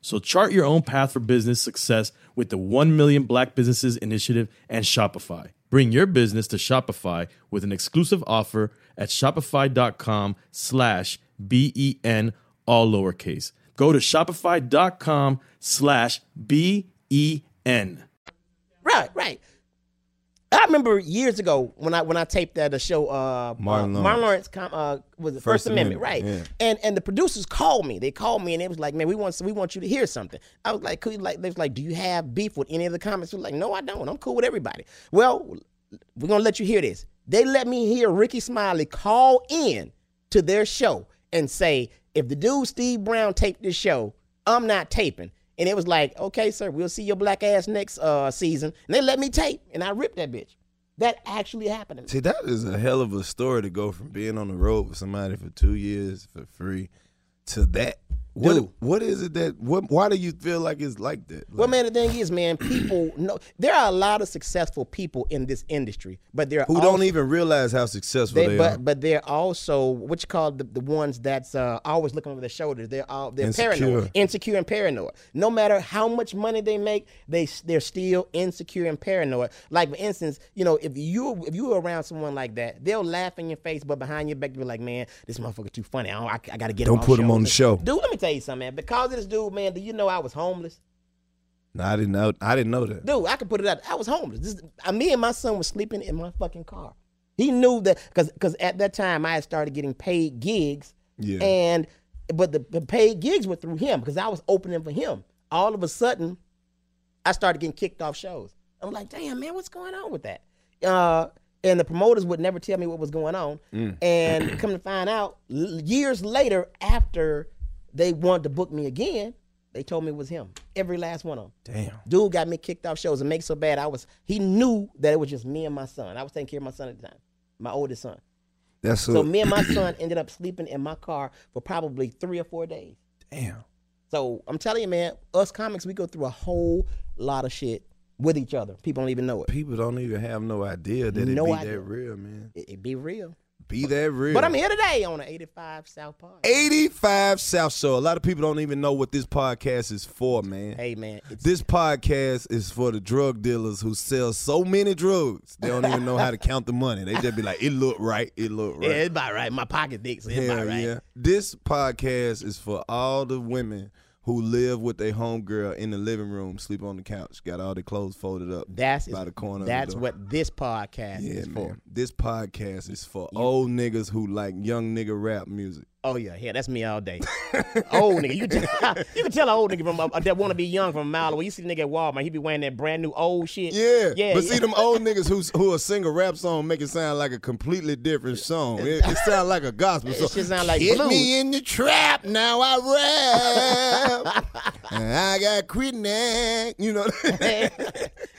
Speaker 5: So chart your own path for business success with the 1 Million Black Businesses Initiative and Shopify. Bring your business to Shopify with an exclusive offer at shopify.com slash B-E-N, all lowercase. Go to shopify.com slash E B-E-N.
Speaker 3: Right, right. I remember years ago when I when I taped that a show, uh,
Speaker 2: Martin
Speaker 3: uh,
Speaker 2: Lawrence.
Speaker 3: com- uh, was the First,
Speaker 2: First
Speaker 3: Amendment,
Speaker 2: Amendment,
Speaker 3: right? And and the producers called me. They called me and it was like, man, we want we want you to hear something. I was like, cool. Like they was like, do you have beef with any of the comments? I was like, no, I don't. I'm cool with everybody. Well, we're gonna let you hear this. They let me hear Ricky Smiley call in to their show and say, if the dude Steve Brown taped this show, I'm not taping. And it was like, okay, sir, we'll see your black ass next uh, season. And they let me tape, and I ripped that bitch. That actually happened.
Speaker 2: See, that is a hell of a story to go from being on the road with somebody for two years for free to that. What
Speaker 3: Dude.
Speaker 2: what is it that what why do you feel like it's like that?
Speaker 3: Well,
Speaker 2: Like,
Speaker 3: man, the thing is, man, people know there are a lot of successful people in this industry, but there are
Speaker 2: who
Speaker 3: also-
Speaker 2: don't even realize how successful
Speaker 3: They,
Speaker 2: they, are.
Speaker 3: but but they're also what you call the, the ones that's uh, always looking over their shoulders. They're all they're paranoid,
Speaker 2: Insecure.
Speaker 3: insecure and paranoid. No matter how much money they make, they s- they're still insecure and paranoid. Like for instance, you know, if you if you were around someone like that, they'll laugh in your face, but behind your back, you're like, man, this motherfucker too funny. I, don't, I, I gotta get.
Speaker 2: Don't
Speaker 3: him
Speaker 2: put him on the show.
Speaker 3: dude. Let me tell you something, man. Because of this dude, man, do you know I was homeless?
Speaker 2: no, I didn't know I didn't know that.
Speaker 3: Dude, I can put it out. I was homeless. This, I, me and my son was sleeping in my fucking car. He knew that because because at that time I had started getting paid gigs.
Speaker 2: Yeah.
Speaker 3: And but the, the paid gigs were through him because I was opening for him. All of a sudden, I started getting kicked off shows. I'm like, damn man, what's going on with that? Uh, and the promoters would never tell me what was going on. And come to find out, l- years later, after they wanted to book me again, they told me it was him. Every last one of them.
Speaker 2: Damn.
Speaker 3: Dude got me kicked off shows and make so bad I was he knew that it was just me and my son. I was taking care of my son at the time, my oldest son.
Speaker 2: That's
Speaker 3: So
Speaker 2: a,
Speaker 3: me and my son ended up sleeping in my car for probably three or four days.
Speaker 2: damn.
Speaker 3: So I'm telling you, man, us comics, we go through a whole lot of shit with each other. People don't even know it.
Speaker 2: People don't even have no idea that
Speaker 3: No
Speaker 2: it be
Speaker 3: idea.
Speaker 2: that real, man.
Speaker 3: It, it be real.
Speaker 2: Be that real.
Speaker 3: But I'm here today on an 85 South Park.
Speaker 2: 85 South Shore. A lot of people don't even know what this podcast is for, man.
Speaker 3: Hey man, it's,
Speaker 2: This podcast is for the drug dealers who sell so many drugs they don't even know how to count the money. They just be like, "It look right, it look
Speaker 3: yeah, it's
Speaker 2: right."
Speaker 3: about right. My pocket dick, so it's
Speaker 2: Hell
Speaker 3: about right.
Speaker 2: This podcast is for all the women who live with their homegirl in the living room, sleep on the couch, got all their clothes folded up
Speaker 3: That's
Speaker 2: by the corner. of the
Speaker 3: That's
Speaker 2: door.
Speaker 3: what this podcast
Speaker 2: Yeah,
Speaker 3: is
Speaker 2: man.
Speaker 3: for.
Speaker 2: This podcast is for old niggas who like young nigga rap music.
Speaker 3: Oh yeah, yeah, that's me all day. old nigga, you can tell, [laughs] you can tell an old nigga from uh, that want to be young from a mile away. You see the nigga at Walmart, he be wearing that brand new old shit.
Speaker 2: Yeah,
Speaker 3: yeah.
Speaker 2: But
Speaker 3: yeah.
Speaker 2: see,
Speaker 3: [laughs]
Speaker 2: them old niggas who who a sing a rap song make it sound like a completely different song. It,
Speaker 3: [laughs]
Speaker 2: it sound like a gospel song.
Speaker 3: shit sound like
Speaker 2: Hit
Speaker 3: blues."
Speaker 2: me in the trap, now I
Speaker 3: [laughs]
Speaker 2: rap, and I got Quidnack. You know,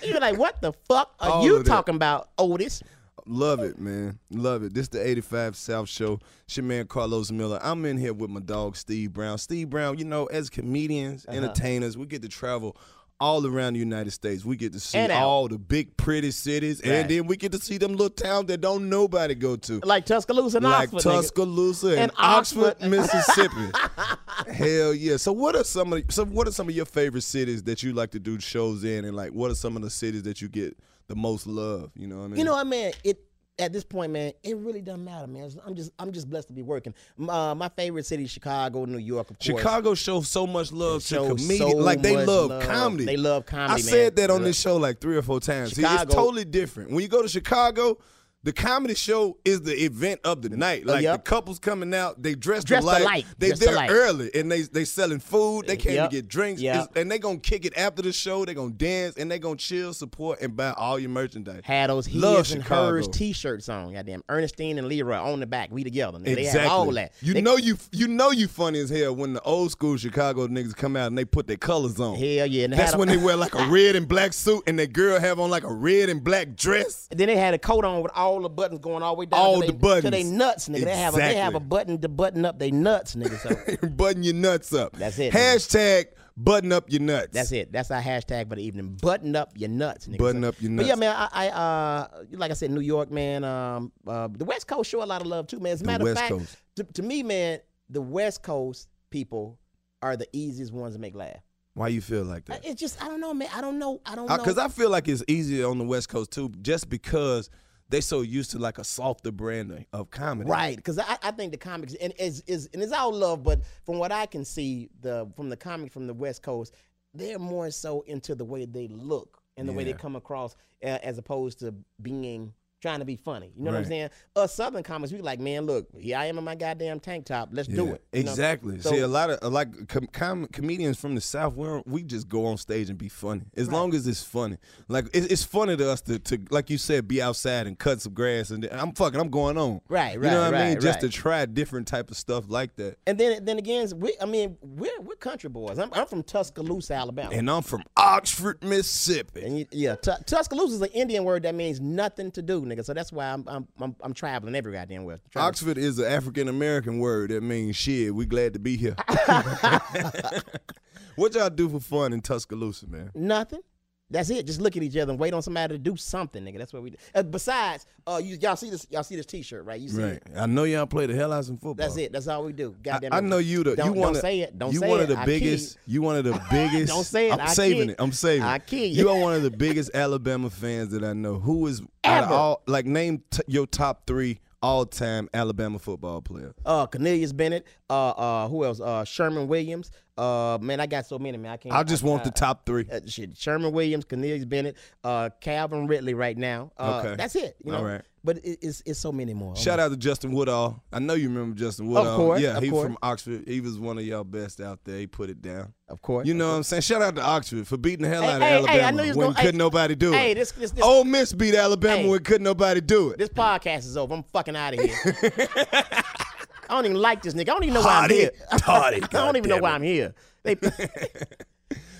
Speaker 3: you be like, what the fuck are
Speaker 2: All
Speaker 3: you
Speaker 2: of that.
Speaker 3: talking about, Otis?
Speaker 2: love it, man, love it. This the '85 South Show. It's your man Carlos Miller. I'm in here with my dog Steve Brown. Steve Brown, you know, as comedians,
Speaker 3: Uh-huh.
Speaker 2: entertainers, we get to travel. All around the United States, we get to see
Speaker 3: And out.
Speaker 2: all the big, pretty cities,
Speaker 3: Right.
Speaker 2: and then we get to see them little towns that don't nobody go to.
Speaker 3: Like Tuscaloosa and
Speaker 2: like
Speaker 3: Oxford. nigga.
Speaker 2: Tuscaloosa and,
Speaker 3: And
Speaker 2: Oxford,
Speaker 3: Oxford. [laughs]
Speaker 2: Mississippi. Hell yeah! So what are some of so what are some of your favorite cities that you like to do shows in, and like what are some of the cities that you get the most love? You know what I mean?
Speaker 3: You know what, man? It at this point, man, it really doesn't matter, man. I'm just I'm just blessed to be working. M- Uh, my favorite city, is Chicago, New York, of course.
Speaker 2: Chicago shows so much love to
Speaker 3: Shows
Speaker 2: comedians.
Speaker 3: so
Speaker 2: like they
Speaker 3: much
Speaker 2: love,
Speaker 3: love.
Speaker 2: comedy.
Speaker 3: They love comedy,
Speaker 2: I
Speaker 3: man.
Speaker 2: said that on
Speaker 3: They
Speaker 2: this show like three or four times. See, it's
Speaker 3: Chicago-
Speaker 2: totally different. When you go to Chicago, the comedy show is the event of the night. Like
Speaker 3: yep.
Speaker 2: the couples coming out, they dressed,
Speaker 3: Oh, Dressed
Speaker 2: alike.
Speaker 3: alike.
Speaker 2: They
Speaker 3: Dressed
Speaker 2: there
Speaker 3: alike.
Speaker 2: early and they they selling food. They came
Speaker 3: Yep.
Speaker 2: to get drinks.
Speaker 3: Yep.
Speaker 2: It's- And they gonna kick it after the show. They gonna dance and they gonna chill, support, and buy all your merchandise.
Speaker 3: Had those his
Speaker 2: Love
Speaker 3: and
Speaker 2: Chicago.
Speaker 3: hers T-shirts on, goddamn. Ernestine and Leroy on the back. We together. nigga. They
Speaker 2: Exactly.
Speaker 3: had all that.
Speaker 2: You
Speaker 3: They-
Speaker 2: know you you know you funny as hell when the old school Chicago niggas come out and they put their colors on.
Speaker 3: Hell yeah. And they
Speaker 2: That's
Speaker 3: had a-
Speaker 2: when they wear
Speaker 3: [laughs]
Speaker 2: like a red and black suit and the girl have on like a red and black dress.
Speaker 3: Then they had a coat on with all the buttons going all the way down
Speaker 2: All
Speaker 3: to
Speaker 2: the
Speaker 3: they, to
Speaker 2: buttons.
Speaker 3: they nuts, nigga. They have a, they have
Speaker 2: Exactly.
Speaker 3: a button to button up they nuts, nigga.
Speaker 2: [laughs]
Speaker 3: So
Speaker 2: button your nuts up.
Speaker 3: That's it, nigga.
Speaker 2: Hashtag button up your nuts.
Speaker 3: that's it. That's our hashtag for the evening. Button up your nuts, nigga.
Speaker 2: Button
Speaker 3: So-
Speaker 2: up your
Speaker 3: But yeah,
Speaker 2: nuts.
Speaker 3: man, I, I uh like I said, New York, man. Um, uh, the West Coast show a lot of love too, man. As a
Speaker 2: The
Speaker 3: matter
Speaker 2: West
Speaker 3: of fact,
Speaker 2: Coast.
Speaker 3: To, to me, man, the West Coast people are the easiest ones to make laugh.
Speaker 2: Why you feel like
Speaker 3: I-
Speaker 2: that?
Speaker 3: It's just I don't know, man. I don't know. I don't know.
Speaker 2: Because I, feel like it's easier on the West Coast too, just because they so used to like a softer brand of comedy.
Speaker 3: Right, because I, I think the comics and is is and it's all love, but from what I can see, the from the comics from the West Coast, they're more so into the way they look and the way they
Speaker 2: Yeah.
Speaker 3: come across, uh, as opposed to being trying to be funny. You know what I'm
Speaker 2: Right.
Speaker 3: saying? Us Southern comics, we like, man, look, here I am in my goddamn tank top. Let's do
Speaker 2: Yeah,
Speaker 3: it. You know?
Speaker 2: Exactly.
Speaker 3: So-
Speaker 2: See, a lot of a like com- com- comedians from the South, we don't- we just go on stage and be funny. As long as it's funny, like it, it's funny to us to, to like you said, be outside and cut some grass, and I'm fucking, I'm going on.
Speaker 3: Right,
Speaker 2: You know
Speaker 3: right,
Speaker 2: what I mean?
Speaker 3: right,
Speaker 2: Just to
Speaker 3: right.
Speaker 2: try different type of stuff like that.
Speaker 3: And then then again, we I mean we're we're country boys. I'm, I'm from Tuscaloosa, Alabama.
Speaker 2: And I'm from Oxford, Mississippi.
Speaker 3: And you, yeah, Tu Tuscaloosa is an Indian word that means nothing to do, nigga. So that's why I'm I'm I'm, I'm traveling every goddamn where.
Speaker 2: Oxford is an African American word that means shit. We glad to be
Speaker 3: [laughs]
Speaker 2: here. [laughs] what y'all do for fun in Tuscaloosa, man?
Speaker 3: Nothing. That's it. Just look at each other and wait on somebody to do something, nigga. That's what we do. Uh, besides, uh, you y'all see this y'all see this T-shirt, right? You see
Speaker 2: Right.
Speaker 3: it.
Speaker 2: I know y'all play the hell out of some football.
Speaker 3: That's it. That's all we do.
Speaker 2: I,
Speaker 3: Goddamn.
Speaker 2: I
Speaker 3: it.
Speaker 2: know you. The,
Speaker 3: don't,
Speaker 2: you
Speaker 3: don't
Speaker 2: wanna,
Speaker 3: say it. Don't
Speaker 2: you
Speaker 3: say
Speaker 2: one
Speaker 3: it.
Speaker 2: of the
Speaker 3: I
Speaker 2: biggest.
Speaker 3: kid
Speaker 2: You one of the biggest.
Speaker 3: [laughs] Don't say it.
Speaker 2: I'm
Speaker 3: I
Speaker 2: saving
Speaker 3: kid.
Speaker 2: it. I'm saving.
Speaker 3: I
Speaker 2: it.
Speaker 3: kid you.
Speaker 2: You are one of the biggest Alabama fans that I know. Who is out of
Speaker 3: Ever.
Speaker 2: all like name t- your top three all time Alabama football player?
Speaker 3: Uh, Cornelius Bennett. Uh, uh, who else? Uh, Sherman Williams. Uh, man, I got so many. Man, I can't.
Speaker 2: I just want the top three.
Speaker 3: uh, shit, Sherman Williams, Cornelius Bennett, uh, Calvin Ridley right now. Uh,
Speaker 2: Okay.
Speaker 3: That's it. You know?
Speaker 2: All right.
Speaker 3: But it, it's, it's so many more.
Speaker 2: Shout out to Justin Woodall. I know you remember Justin Woodall.
Speaker 3: course,
Speaker 2: yeah,
Speaker 3: of
Speaker 2: he
Speaker 3: course.
Speaker 2: from Oxford. He was one of y'all best out there. He put it down.
Speaker 3: Oh, Of course.
Speaker 2: You know what I'm saying? Shout out to Oxford for beating the hell
Speaker 3: Hey,
Speaker 2: out of
Speaker 3: hey, hey, I
Speaker 2: Alabama
Speaker 3: knew you was
Speaker 2: when
Speaker 3: gonna- hey,
Speaker 2: couldn't nobody do
Speaker 3: hey,
Speaker 2: it.
Speaker 3: this- this- this-
Speaker 2: Ole Miss beat Alabama
Speaker 3: Hey.
Speaker 2: when couldn't nobody do it.
Speaker 3: This podcast is over. I'm fucking out
Speaker 2: [laughs]
Speaker 3: of here. I don't even like this nigga. I don't even know why I'm
Speaker 2: Hardy.
Speaker 3: here.
Speaker 2: Hardy,
Speaker 3: [laughs] I don't even know why I'm here. They,
Speaker 2: [laughs]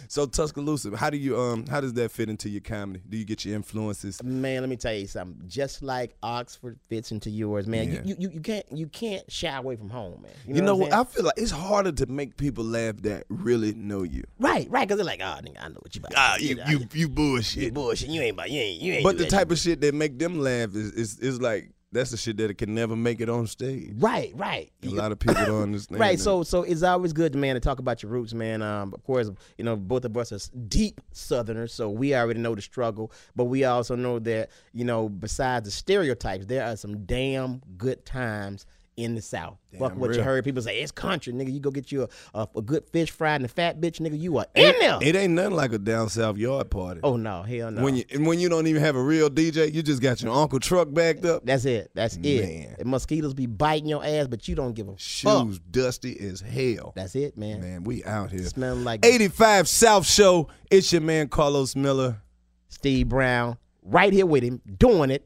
Speaker 2: So Tuscaloosa, how do you um how does that fit into your comedy? Do you get your influences?
Speaker 3: man, let me tell you something. Just like Oxford fits into yours, man. you-
Speaker 2: Yeah.
Speaker 3: You, you you can't you can't shy away from home, man. You
Speaker 2: You
Speaker 3: know,
Speaker 2: know
Speaker 3: what?
Speaker 2: what?
Speaker 3: I'm
Speaker 2: I feel like it's harder to make people laugh that really know you.
Speaker 3: saying? right, right. Because they're like, oh, nigga, I know what you about.
Speaker 2: Ah, you
Speaker 3: know,
Speaker 2: you you
Speaker 3: you
Speaker 2: bullshit.
Speaker 3: bullshit. You ain't about. You ain't. You ain't.
Speaker 2: But
Speaker 3: do
Speaker 2: the
Speaker 3: that
Speaker 2: type of shit that make them laugh is is, is like that's the shit that can never make it on stage.
Speaker 3: shit. Right, right.
Speaker 2: A
Speaker 3: You-
Speaker 2: lot of people don't understand.
Speaker 3: Right,
Speaker 2: that.
Speaker 3: so so it's always good, man, to talk about your roots, man. Um, of course, you know both of us are s- deep Southerners, so we already know the struggle, but we also know that you know besides the stereotypes, there are some damn good times in the South. Fuck what you heard people say. It's country, nigga. You go get you a, a, a good fish fried and a fat bitch, nigga. You are in there.
Speaker 2: It ain't nothing like a down south yard party.
Speaker 3: oh no, hell no.
Speaker 2: When you and when you don't even have a real DJ, you just got your uncle truck backed up,
Speaker 3: That's it. That's
Speaker 2: Man.
Speaker 3: it. And mosquitoes be biting your ass, but you don't give a fuck.
Speaker 2: shoes dusty as hell.
Speaker 3: That's it, man.
Speaker 2: Man, we out here.
Speaker 3: Smell like
Speaker 2: 85 South Show. It's your man Carlos Miller,
Speaker 3: Steve Brown right here with him doing it.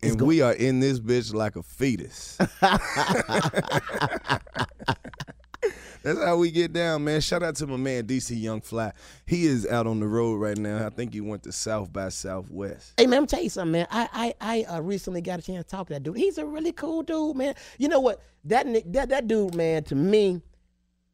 Speaker 2: and we are in this bitch like a
Speaker 3: [laughs]
Speaker 2: fetus. That's how we get down, man. Shout out to my man DC Young Fly. He is out on the road right now. I think he went to South by Southwest.
Speaker 3: Hey man, I'm tell you something, man. I I I uh, recently got a chance to talk to that dude. He's a really cool dude, man. You know what? That ni- that that dude, man, to me,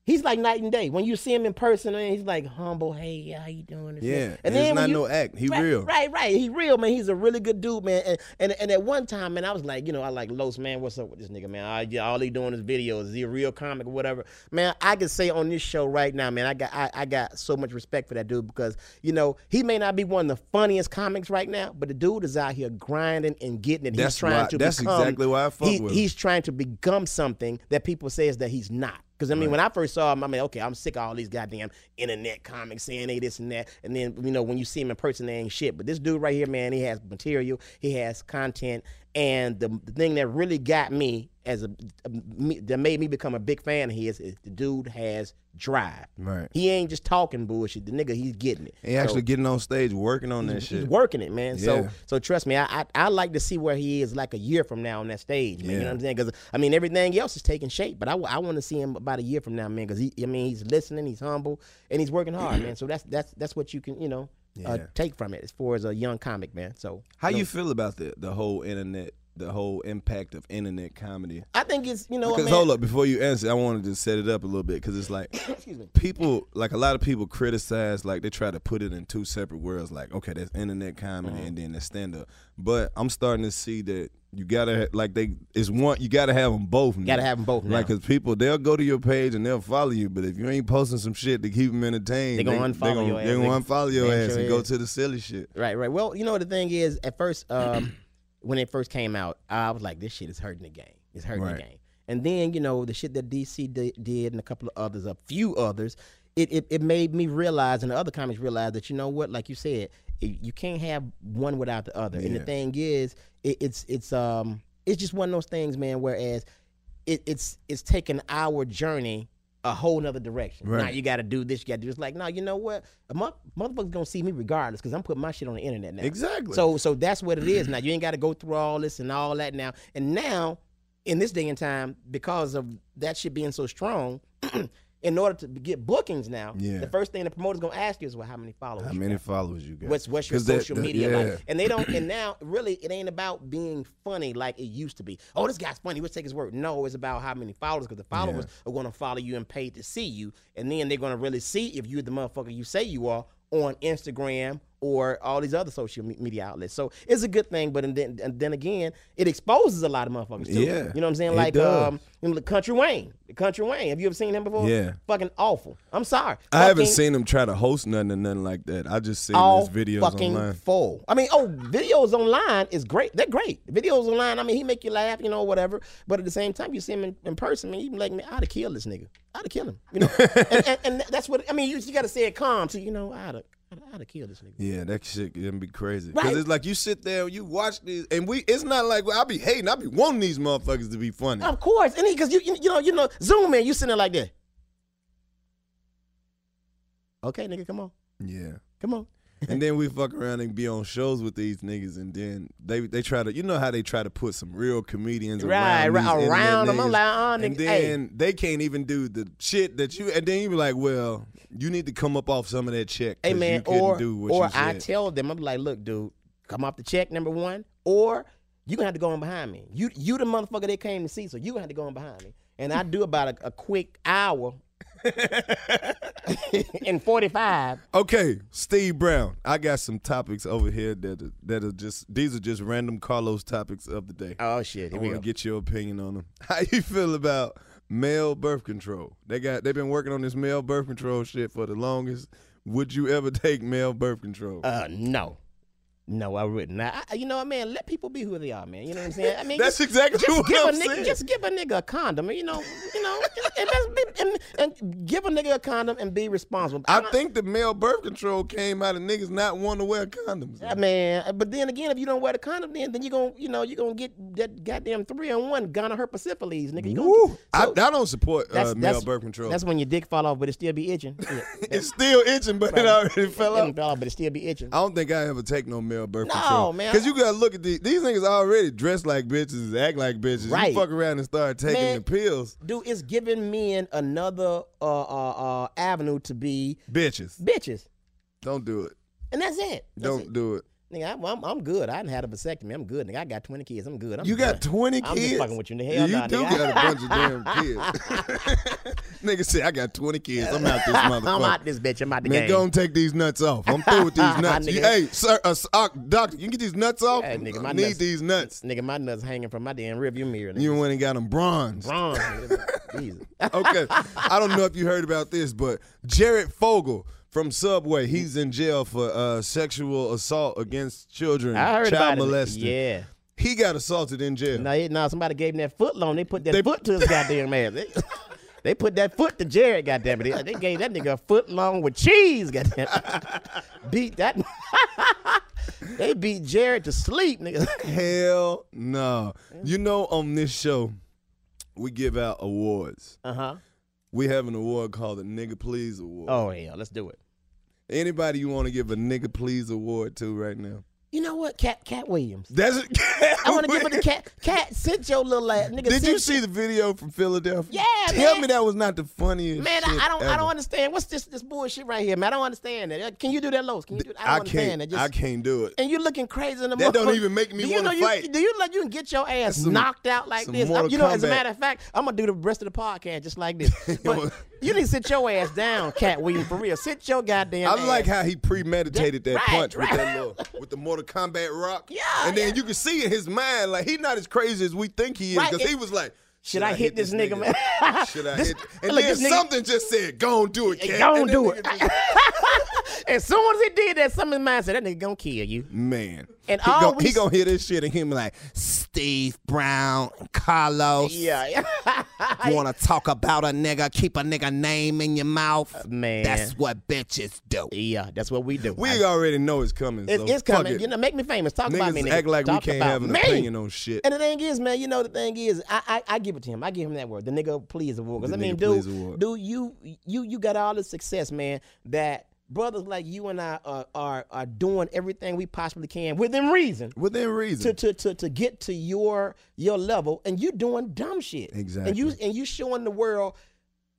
Speaker 3: he's like night and day. When you see him in person, man, he's like humble. Hey, how you doing? This,
Speaker 2: Yeah,
Speaker 3: that.
Speaker 2: and
Speaker 3: then
Speaker 2: it's not
Speaker 3: when you-
Speaker 2: no act. He
Speaker 3: right,
Speaker 2: real.
Speaker 3: Right, right. He real, man. He's a really good dude, man. And, and and at one time, man, I was like, you know, I like Los, man. What's up with this nigga, man? All, yeah, all he doing is videos. Is he a real comic or whatever? Man, I can say on this show right now, man, I got I, I got so much respect for that dude because you know he may not be one of the funniest comics right now, but the dude is out here grinding and getting it.
Speaker 2: That's
Speaker 3: he's trying
Speaker 2: why-
Speaker 3: to
Speaker 2: that's
Speaker 3: become-
Speaker 2: exactly why I fuck
Speaker 3: he-
Speaker 2: with him.
Speaker 3: He's trying to become something that people says that he's not. Because I mean, when I first saw him, I mean, okay, I'm sick of all these goddamn internet comics saying they this and that, and then you know when you see him in person, they ain't shit. But this dude right here, man, he has material, he has content, and the, the thing that really got me as a me, that made me become a big fan of his is the dude has drive.
Speaker 2: Right.
Speaker 3: He ain't just talking bullshit. The nigga, he's getting it.
Speaker 2: He
Speaker 3: So-
Speaker 2: actually getting on stage, working on that shit.
Speaker 3: He's working it, man.
Speaker 2: Yeah.
Speaker 3: So so trust me, I, I I like to see where he is like a year from now on that stage, man. You know
Speaker 2: Yeah.
Speaker 3: what I'm saying? Because I mean, everything else is taking shape, but I, want to see him about a year from now, man. Because he, I mean, he's listening, he's humble, and he's working hard, man. So that's that's that's what you can you know uh,
Speaker 2: Yeah.
Speaker 3: take from it as far as a young comic, man. So
Speaker 2: How you feel about the the whole internet, the whole impact of internet comedy?
Speaker 3: I think it's you know what,
Speaker 2: Because
Speaker 3: man?
Speaker 2: hold up, before you answer, I wanted to set it up a little bit because it's like
Speaker 3: [coughs] Excuse me.
Speaker 2: people, like a lot of people criticize, like they try to put it in two separate worlds. Like, okay, that's internet comedy
Speaker 3: Uh-huh.
Speaker 2: and then that's stand up. But I'm starting to see that you gotta like they it's one you gotta have them both. Now.
Speaker 3: Gotta have 'em both now.
Speaker 2: Like, cause people they'll go to your page and they'll follow you, but if you ain't posting some shit to keep them entertained,
Speaker 3: They gonna
Speaker 2: they
Speaker 3: unfollow
Speaker 2: gonna,
Speaker 3: your
Speaker 2: They
Speaker 3: ass.
Speaker 2: gonna unfollow your
Speaker 3: Damn
Speaker 2: ass
Speaker 3: sure
Speaker 2: and go
Speaker 3: is.
Speaker 2: to the silly shit.
Speaker 3: Right, right. Well, you know the thing is, at first, um, [clears throat] when it first came out, I was like, "This shit is hurting the game. It's hurting
Speaker 2: Right.
Speaker 3: the game." And then you know the shit that DC di- did and a couple of others, a few others, it it, it made me realize, and the other comics realized that you know what, like you said, it, you can't have one without the other. And the
Speaker 2: Yeah.
Speaker 3: thing is, it, it's it's um it's just one of those things, man. Whereas it, it's it's taking our journey a whole nother direction. Now
Speaker 2: Right.
Speaker 3: you got to do this, you got to do this. Like, no, you know what? A mo- motherfucker's gonna see me regardless because I'm putting my shit on the internet now.
Speaker 2: Exactly.
Speaker 3: So so that's what it is now. You ain't got to go through all this and all that now. And now, in this day and time, because of that shit being so strong, [clears throat] in order to get bookings now,
Speaker 2: Yeah.
Speaker 3: the first thing the promoter's gonna ask you is, well, how many followers?
Speaker 2: How
Speaker 3: you
Speaker 2: many
Speaker 3: got?
Speaker 2: followers you got?
Speaker 3: What's what's your
Speaker 2: 'Cause that-
Speaker 3: social
Speaker 2: that-
Speaker 3: media
Speaker 2: yeah.
Speaker 3: like? And they don't.
Speaker 2: [clears throat]
Speaker 3: And now, really, it ain't about being funny like it used to be. Oh, this guy's funny. Let's take his word. No, it's about how many followers. Because the followers are going to follow you and pay to see you, and then they're going to really see if you're the motherfucker you say you are on Instagram or all these other social me- media outlets. So it's a good thing, but and then and then again, it exposes a lot of motherfuckers. Too.
Speaker 2: Yeah,
Speaker 3: you know what I'm saying?
Speaker 2: it
Speaker 3: like
Speaker 2: does.
Speaker 3: um, you know, Country Wayne, Country Wayne. Have you ever seen him before?
Speaker 2: Yeah.
Speaker 3: fucking awful. I'm sorry.
Speaker 2: I haven't
Speaker 3: Fucking-
Speaker 2: seen him try to host nothing or nothing like that. I just seen
Speaker 3: all
Speaker 2: his videos
Speaker 3: fucking
Speaker 2: online.
Speaker 3: full. I mean, oh, videos online is great. They're great. Videos online. I mean, he make you laugh, you know, whatever. But at the same time, you see him in, in person, man, you be like, man, I'd have killed this nigga. I'd have killed him.
Speaker 2: [laughs]
Speaker 3: You know, and, and, and that's what I mean. You, you got to say it calm, so you know, I'd have, I'd have killed this nigga.
Speaker 2: Yeah, that shit can be crazy. Cause
Speaker 3: Right.
Speaker 2: it's like you sit there and you watch these, and we. It's not like I be hating. I be wanting these motherfuckers to be funny.
Speaker 3: Of course, and because you, you you know you know Zoom in, you sitting there like that. Okay, nigga, come on,
Speaker 2: Yeah.
Speaker 3: come on.
Speaker 2: and then we fuck around and be on shows with these niggas, and then they they try to. You know how they try to put some real comedians
Speaker 3: Right,
Speaker 2: around
Speaker 3: right,
Speaker 2: these internet
Speaker 3: around 'em. I'm
Speaker 2: niggas,
Speaker 3: like, uh,
Speaker 2: and
Speaker 3: nigga, hey.
Speaker 2: then they can't even do the shit that you. And then you be like, well, you need to come up off some of that check. 'cause
Speaker 3: Hey
Speaker 2: you
Speaker 3: man,
Speaker 2: couldn't
Speaker 3: or
Speaker 2: do what
Speaker 3: or
Speaker 2: you
Speaker 3: I
Speaker 2: said.
Speaker 3: tell them, I'm like, look, dude, come off the check, number one, or you gonna have to go in behind me. You you the motherfucker they came to see, so you gonna have to go in behind me. And I do about a, a quick hour [laughs] and forty five.
Speaker 2: Okay, Steve Brown. I got some topics over here that are, that are just these are just random Carlos topics of the day.
Speaker 3: Oh
Speaker 2: I
Speaker 3: shit, here we
Speaker 2: want
Speaker 3: go.
Speaker 2: to get your opinion on them. [laughs] How you feel about male birth control? They got they've been working on this male birth control shit for the longest. Would you ever take male birth control?
Speaker 3: uh no. No, I wouldn't. I, I- you know what, man? Let people be who they are, man. You know what I'm saying? I
Speaker 2: [laughs]
Speaker 3: mean,
Speaker 2: That's
Speaker 3: just-
Speaker 2: exactly
Speaker 3: just
Speaker 2: what
Speaker 3: give
Speaker 2: I'm
Speaker 3: a nigga,
Speaker 2: saying.
Speaker 3: Just give a nigga a condom, you know, you know, just- and, that's- and- and give a nigga a condom and be responsible.
Speaker 2: I think the male birth control came out of niggas not wanting to wear condoms.
Speaker 3: Yeah, man. uh, But then again, if you don't wear the condom, then then you gonna you know you gonna get that goddamn three on one gonorrhea syphilis, nigga. You gonna
Speaker 2: Woo.
Speaker 3: get-
Speaker 2: I,
Speaker 3: so
Speaker 2: I don't support uh,
Speaker 3: that's-
Speaker 2: male
Speaker 3: that's-
Speaker 2: birth control.
Speaker 3: That's when your dick fall off, but it still be itching. Yeah, that-
Speaker 2: [laughs] it's still itching, but it already fell
Speaker 3: it
Speaker 2: out.
Speaker 3: fell off, but it still be itching.
Speaker 2: I don't think I ever take no male birth
Speaker 3: No,
Speaker 2: control.
Speaker 3: man.
Speaker 2: Because you gotta look at these these niggas already dressed like bitches, act like bitches.
Speaker 3: Right.
Speaker 2: You fuck around and start taking
Speaker 3: Man.
Speaker 2: the pills,
Speaker 3: Dude, it's giving men another uh, uh, uh, avenue to be
Speaker 2: bitches.
Speaker 3: bitches,
Speaker 2: Don't do it.
Speaker 3: and that's it. That's
Speaker 2: Don't
Speaker 3: it.
Speaker 2: do it.
Speaker 3: Nigga, I'm, I'm, I'm good. I done had a vasectomy. I'm good, nigga. I got 20 kids. I'm good. I'm
Speaker 2: You got
Speaker 3: good.
Speaker 2: 20 kids.
Speaker 3: I'm just fucking with you. Hell
Speaker 2: you
Speaker 3: nah,
Speaker 2: do
Speaker 3: nigga.
Speaker 2: got a bunch of damn kids. [laughs] Nigga say I got 20 kids. I'm out this motherfucker.
Speaker 3: [laughs] [laughs] I'm out this bitch. I'm out the
Speaker 2: Man,
Speaker 3: game.
Speaker 2: go and take these nuts off. I'm through
Speaker 3: [laughs]
Speaker 2: with these nuts. You-
Speaker 3: Nigga.
Speaker 2: hey, sir, uh, s- uh, doctor, you can get these nuts off.
Speaker 3: Hey, nigga, my
Speaker 2: I need
Speaker 3: nuts-
Speaker 2: these nuts.
Speaker 3: Nigga, my nuts hanging from my damn rearview mirror. Nigga.
Speaker 2: You went and got them bronze. [laughs]
Speaker 3: Wrong. nigga. Jesus.
Speaker 2: okay. I don't know if you heard about this, but Jared Fogle from Subway, he's in jail for uh, sexual assault against children,
Speaker 3: [laughs] I heard
Speaker 2: child
Speaker 3: about
Speaker 2: molesting.
Speaker 3: it. Yeah.
Speaker 2: He got assaulted in jail.
Speaker 3: No, it, no, somebody gave him that foot long. They put that
Speaker 2: They-
Speaker 3: foot to his goddamn ass. They, [laughs] they put that foot to Jared, goddamn it. They, they gave that nigga a foot long with cheese, goddamn.
Speaker 2: [laughs]
Speaker 3: it. beat that. [laughs] they beat Jared to
Speaker 2: [laughs]
Speaker 3: sleep, nigga.
Speaker 2: Hell no. You know, on this show, we give out awards.
Speaker 3: Uh huh.
Speaker 2: We have an award called the Nigga Please Award.
Speaker 3: Oh hell, let's do it.
Speaker 2: Anybody you want to give a Nigga Please Award to right now?
Speaker 3: You know what, Cat Cat Williams.
Speaker 2: That's it.
Speaker 3: [laughs] I want to give it to Cat. Cat, sit your little ass, nigga.
Speaker 2: Did
Speaker 3: sit
Speaker 2: you see the video from Philadelphia?
Speaker 3: Yeah,
Speaker 2: Tell
Speaker 3: man.
Speaker 2: me that was not the funniest.
Speaker 3: Man, I,
Speaker 2: shit
Speaker 3: I don't, I
Speaker 2: ever.
Speaker 3: don't understand. What's this, this bullshit right here, man? I don't understand that. Uh, Can you do that, Los? Can you do that? I don't
Speaker 2: I
Speaker 3: understand
Speaker 2: can't.
Speaker 3: that. Just-
Speaker 2: I can't do it.
Speaker 3: And you looking crazy in the
Speaker 2: That don't
Speaker 3: motherfucker.
Speaker 2: even make me
Speaker 3: Do you
Speaker 2: wanna
Speaker 3: know you-
Speaker 2: fight.
Speaker 3: Do you know you can get your ass
Speaker 2: Some-
Speaker 3: knocked out like
Speaker 2: some
Speaker 3: this?
Speaker 2: Mortal
Speaker 3: you know, as a
Speaker 2: Kombat.
Speaker 3: matter of fact, I'm gonna do the rest of the podcast just like
Speaker 2: [laughs]
Speaker 3: this. But you need to sit your ass down, Cat Williams, for real. Sit your goddamn.
Speaker 2: I like how he premeditated that
Speaker 3: Right,
Speaker 2: punch
Speaker 3: right.
Speaker 2: with that little, with the Mortal Kombat rock.
Speaker 3: Yeah,
Speaker 2: and then
Speaker 3: yeah.
Speaker 2: you can see in his mind like he's not as crazy as we think he is
Speaker 3: Right,
Speaker 2: because
Speaker 3: it-
Speaker 2: he was like,
Speaker 3: Should I hit this nigga, man?"
Speaker 2: [laughs] Should I
Speaker 3: This-
Speaker 2: hit? And
Speaker 3: look,
Speaker 2: then
Speaker 3: this nigga-
Speaker 2: something just said, "Go and do it, Cat."
Speaker 3: Go
Speaker 2: And
Speaker 3: and
Speaker 2: that
Speaker 3: do it.
Speaker 2: nigga just-
Speaker 3: as soon as he did that, some of his mind said, "That nigga gonna kill you."
Speaker 2: Man,
Speaker 3: [laughs] And
Speaker 2: he, gon-
Speaker 3: always-
Speaker 2: he gonna hear this shit and him like Steve Brown, Carlos.
Speaker 3: [laughs] Yeah.
Speaker 2: want to talk about a nigga? Keep a nigga name in your mouth,
Speaker 3: man.
Speaker 2: what bitches do.
Speaker 3: yeah, that's what we do. I-
Speaker 2: We already know it's coming.
Speaker 3: It's,
Speaker 2: so
Speaker 3: it's
Speaker 2: fuck
Speaker 3: coming.
Speaker 2: it.
Speaker 3: You know, make me famous. Talk
Speaker 2: Niggas
Speaker 3: about me. Nigga.
Speaker 2: act like we
Speaker 3: Talk
Speaker 2: can't
Speaker 3: about
Speaker 2: have an
Speaker 3: me.
Speaker 2: opinion on shit.
Speaker 3: And the thing is, man, you know the thing is, I I, I give it to him. I give him that word, the nigga please award. Because I
Speaker 2: The
Speaker 3: mean,
Speaker 2: nigga
Speaker 3: dude,
Speaker 2: please award.
Speaker 3: dude, you you you got all this success, man. That brothers like you and I are are, are doing everything we possibly can within reason.
Speaker 2: Within
Speaker 3: To,
Speaker 2: reason.
Speaker 3: to, to, to get to your your level and you doing dumb shit and you
Speaker 2: Exactly.
Speaker 3: and you showing the world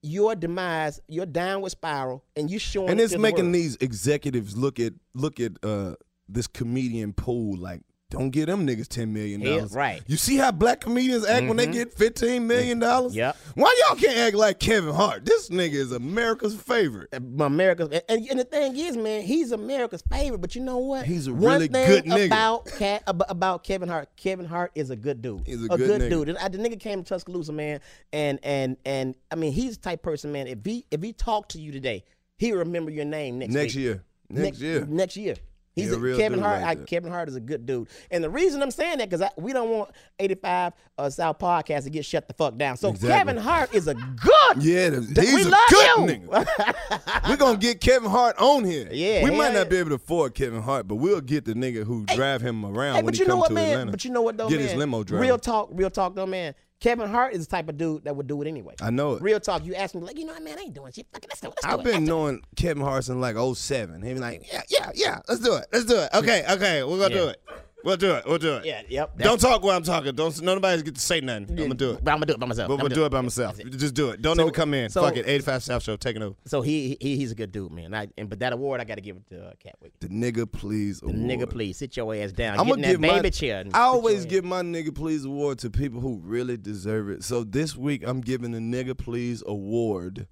Speaker 3: your demise your downward spiral and you showing
Speaker 2: and
Speaker 3: it
Speaker 2: it's
Speaker 3: to the
Speaker 2: making
Speaker 3: world.
Speaker 2: these executives look at look at uh, this comedian pool like, don't give them niggas ten million
Speaker 3: Yeah,
Speaker 2: dollars.
Speaker 3: right. Mm-hmm.
Speaker 2: You see how black comedians act when they get fifteen million dollars?
Speaker 3: Yep.
Speaker 2: Why y'all can't act like Kevin Hart? This nigga is America's favorite.
Speaker 3: uh, America's and, and the thing is, man, he's America's favorite. But you know what?
Speaker 2: He's a
Speaker 3: One
Speaker 2: really
Speaker 3: thing
Speaker 2: good nigga.
Speaker 3: About Cat, ab- about Kevin Hart. Kevin Hart is a good dude.
Speaker 2: He's a good nigga.
Speaker 3: dude. And I, the nigga came to Tuscaloosa, man, and and and I mean, he's the type of person, man. If he if he talked to you today, he remember your name next
Speaker 2: Next
Speaker 3: week.
Speaker 2: year. Next year.
Speaker 3: Next year. He's
Speaker 2: He a
Speaker 3: a-
Speaker 2: real
Speaker 3: Kevin
Speaker 2: dude
Speaker 3: Hart.
Speaker 2: like
Speaker 3: I-
Speaker 2: that.
Speaker 3: Kevin Hart is a good dude, and the reason I'm saying that because we don't want 85 uh, South podcast to get shut the fuck down. So
Speaker 2: Exactly.
Speaker 3: Kevin Hart is a good.
Speaker 2: Yeah, th-
Speaker 3: that-
Speaker 2: he's
Speaker 3: we
Speaker 2: a
Speaker 3: love
Speaker 2: good
Speaker 3: you. [laughs]
Speaker 2: nigga. We're gonna get Kevin Hart on here.
Speaker 3: Yeah,
Speaker 2: we
Speaker 3: hell
Speaker 2: might not
Speaker 3: yeah.
Speaker 2: be able to afford Kevin Hart, but we'll get the nigga who drive him around
Speaker 3: Hey,
Speaker 2: when
Speaker 3: but
Speaker 2: he
Speaker 3: you know
Speaker 2: comes
Speaker 3: what,
Speaker 2: to
Speaker 3: man?
Speaker 2: Atlanta.
Speaker 3: But you know what, though,
Speaker 2: Get
Speaker 3: man?
Speaker 2: his limo driver.
Speaker 3: Real talk, real talk, though, man. Kevin Hart is the type of dude that would do it anyway.
Speaker 2: I know it.
Speaker 3: Real talk. You ask me, like, you know what, man? I ain't doing shit. Fuck it, let's do it. Let's do
Speaker 2: I've
Speaker 3: it.
Speaker 2: been
Speaker 3: Let's do
Speaker 2: knowing Kevin Hart since like 07. He be like, yeah, yeah, yeah, let's do it, let's do it. Okay, okay, we're gonna do it. We'll do it. We'll do it.
Speaker 3: Yeah, yep,
Speaker 2: Don't talk while I'm talking. Don't nobody get to say nothing. I'm gonna do it.
Speaker 3: But I'm gonna do it by myself.
Speaker 2: But
Speaker 3: I'ma
Speaker 2: we'll do it by myself. Just do it. Don't
Speaker 3: So-
Speaker 2: even come in.
Speaker 3: so-
Speaker 2: Fuck it. 85 South Show taking over.
Speaker 3: So he, he he's a good dude, man. I, and but that award I got to give it to uh, Catwick.
Speaker 2: The nigga please.
Speaker 3: The nigga, please sit your ass down.
Speaker 2: I'm
Speaker 3: Get in
Speaker 2: gonna
Speaker 3: that
Speaker 2: give
Speaker 3: baby
Speaker 2: my,
Speaker 3: chair. and
Speaker 2: I
Speaker 3: sit
Speaker 2: always
Speaker 3: your
Speaker 2: give my nigga please award to people who really deserve it. So this week I'm giving the nigga please award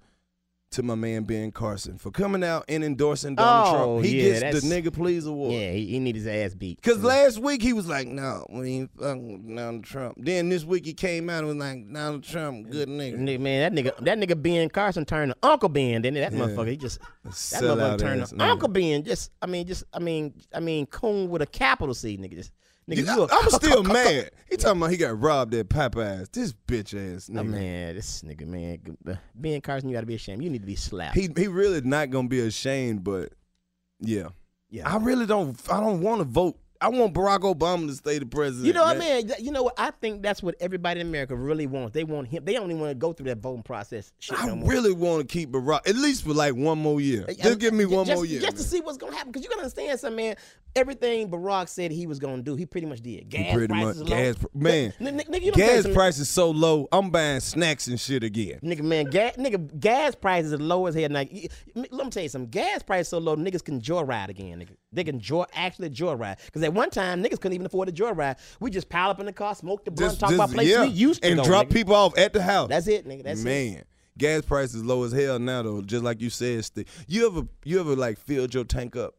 Speaker 2: to my man Ben Carson for coming out and endorsing Donald
Speaker 3: Oh,
Speaker 2: Trump. He
Speaker 3: yeah,
Speaker 2: gets the
Speaker 3: that's-
Speaker 2: nigga please award.
Speaker 3: Yeah, he, he need his ass beat.
Speaker 2: Cause last week he was like, "No, we ain't fucking with Donald Trump." Then this week he came out and was like, "Donald Trump, good nigga."
Speaker 3: Nigga, man, that nigga, that nigga Ben Carson turned to Uncle Ben, didn't it? That motherfucker, he just that
Speaker 2: sellout
Speaker 3: motherfucker turned
Speaker 2: ass
Speaker 3: to
Speaker 2: nigga.
Speaker 3: Uncle Ben. Just, I mean, just, I mean, I mean, coon with a capital C, nigga. Just, nigga,
Speaker 2: I,
Speaker 3: you a
Speaker 2: I'm
Speaker 3: [laughs]
Speaker 2: still mad. He talking about he got robbed at Popeyes. This bitch ass nigga.
Speaker 3: Oh, man, this nigga, man, uh, Ben Carson, you gotta be ashamed. You need to be slapped.
Speaker 2: He he really not gonna be ashamed, but yeah,
Speaker 3: yeah.
Speaker 2: I really don't. I don't want to vote. I want Barack Obama to stay the president.
Speaker 3: You know what,
Speaker 2: man.
Speaker 3: man? Th- You know what? I think that's what everybody in America really wants. They want him. They don't even want to go through that voting process. Shit
Speaker 2: I
Speaker 3: no more.
Speaker 2: really want to keep Barack at least for like one more year.
Speaker 3: I- I-
Speaker 2: Just give me
Speaker 3: ju-
Speaker 2: one
Speaker 3: just,
Speaker 2: more year.
Speaker 3: just to
Speaker 2: man.
Speaker 3: see what's gonna happen. Because you gotta understand, something, man. Everything Barack said he was gonna do, he pretty much did. Gas
Speaker 2: pretty
Speaker 3: prices
Speaker 2: much-
Speaker 3: low.
Speaker 2: gas pr- man,
Speaker 3: N- n- nigga, you don't
Speaker 2: Gas
Speaker 3: think some-
Speaker 2: prices so low, I'm buying snacks and shit again.
Speaker 3: Nigga, man, gas, nigga, gas prices are low as hell. Like, y- m- let me tell you something. Gas prices so low, niggas can joyride again. Nigga. They can joy, actually joyride. Because at one time, niggas couldn't even afford a joyride. We just pile up in the car, smoke the blunt,
Speaker 2: Just-
Speaker 3: talk
Speaker 2: just-
Speaker 3: about places
Speaker 2: yeah,
Speaker 3: we used to
Speaker 2: and
Speaker 3: go,
Speaker 2: drop
Speaker 3: nigga.
Speaker 2: people off at the house.
Speaker 3: That's it, nigga. That's it.
Speaker 2: man. Gas prices low as hell now though. Just like you said, Steve. You ever you ever like filled your tank up,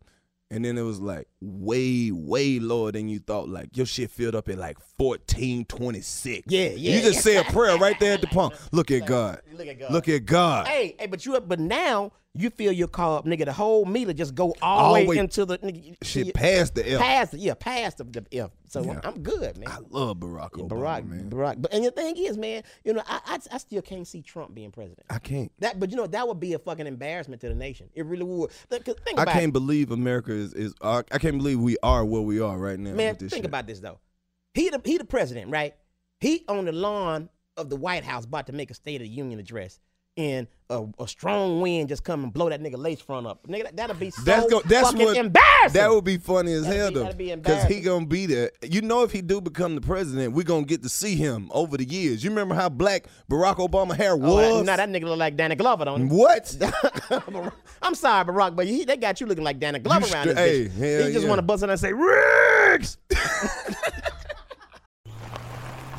Speaker 2: and then it was like way way lower than you thought. Like your shit filled up at like fourteen twenty six.
Speaker 3: Yeah, yeah.
Speaker 2: You just say a prayer right there at the pump. Look at God.
Speaker 3: Look at God.
Speaker 2: Look at God.
Speaker 3: Hey, hey, but you but now you fill your car up, nigga. The whole meter just go all the way
Speaker 2: Always-
Speaker 3: into the nigga, you-
Speaker 2: Shit
Speaker 3: you-
Speaker 2: past the L.
Speaker 3: past the yeah, past the, the F. So I'm good, man.
Speaker 2: I love Barack Obama,
Speaker 3: Barack,
Speaker 2: man.
Speaker 3: Barack. But and the thing is, man, you know, I, I I still can't see Trump being president.
Speaker 2: I can't.
Speaker 3: That, but you know, that would be a fucking embarrassment to the nation. It really would. Think, 'cause think
Speaker 2: I
Speaker 3: about
Speaker 2: can't
Speaker 3: it.
Speaker 2: believe America is is. Uh, I can't believe we are where we are right now.
Speaker 3: Man,
Speaker 2: with this
Speaker 3: think
Speaker 2: shit.
Speaker 3: about this though. He the he the president, right? He on the lawn of the White House about to make a State of the Union address, and a, a strong wind just come and blow that nigga lace front up. Nigga, that, that'll be so
Speaker 2: That's go, that's
Speaker 3: fucking
Speaker 2: what
Speaker 3: embarrassing.
Speaker 2: That would be funny as
Speaker 3: That'd
Speaker 2: hell
Speaker 3: be- that'd be
Speaker 2: though, because he
Speaker 3: embarrassing.
Speaker 2: gonna be there. You know, if he do become the president, we gonna get to see him over the years. You remember how black Barack Obama hair was? Mm.
Speaker 3: Oh, that- nah, that nigga look like Danny Glover, don't he? [laughs]
Speaker 2: what?
Speaker 3: I'm sorry, Barack, but he, they got you looking like Danny Glover around
Speaker 2: stra-
Speaker 3: this bitch.
Speaker 2: hey, hell
Speaker 3: he just
Speaker 2: yeah.
Speaker 3: want to bust in and say, "Riggs."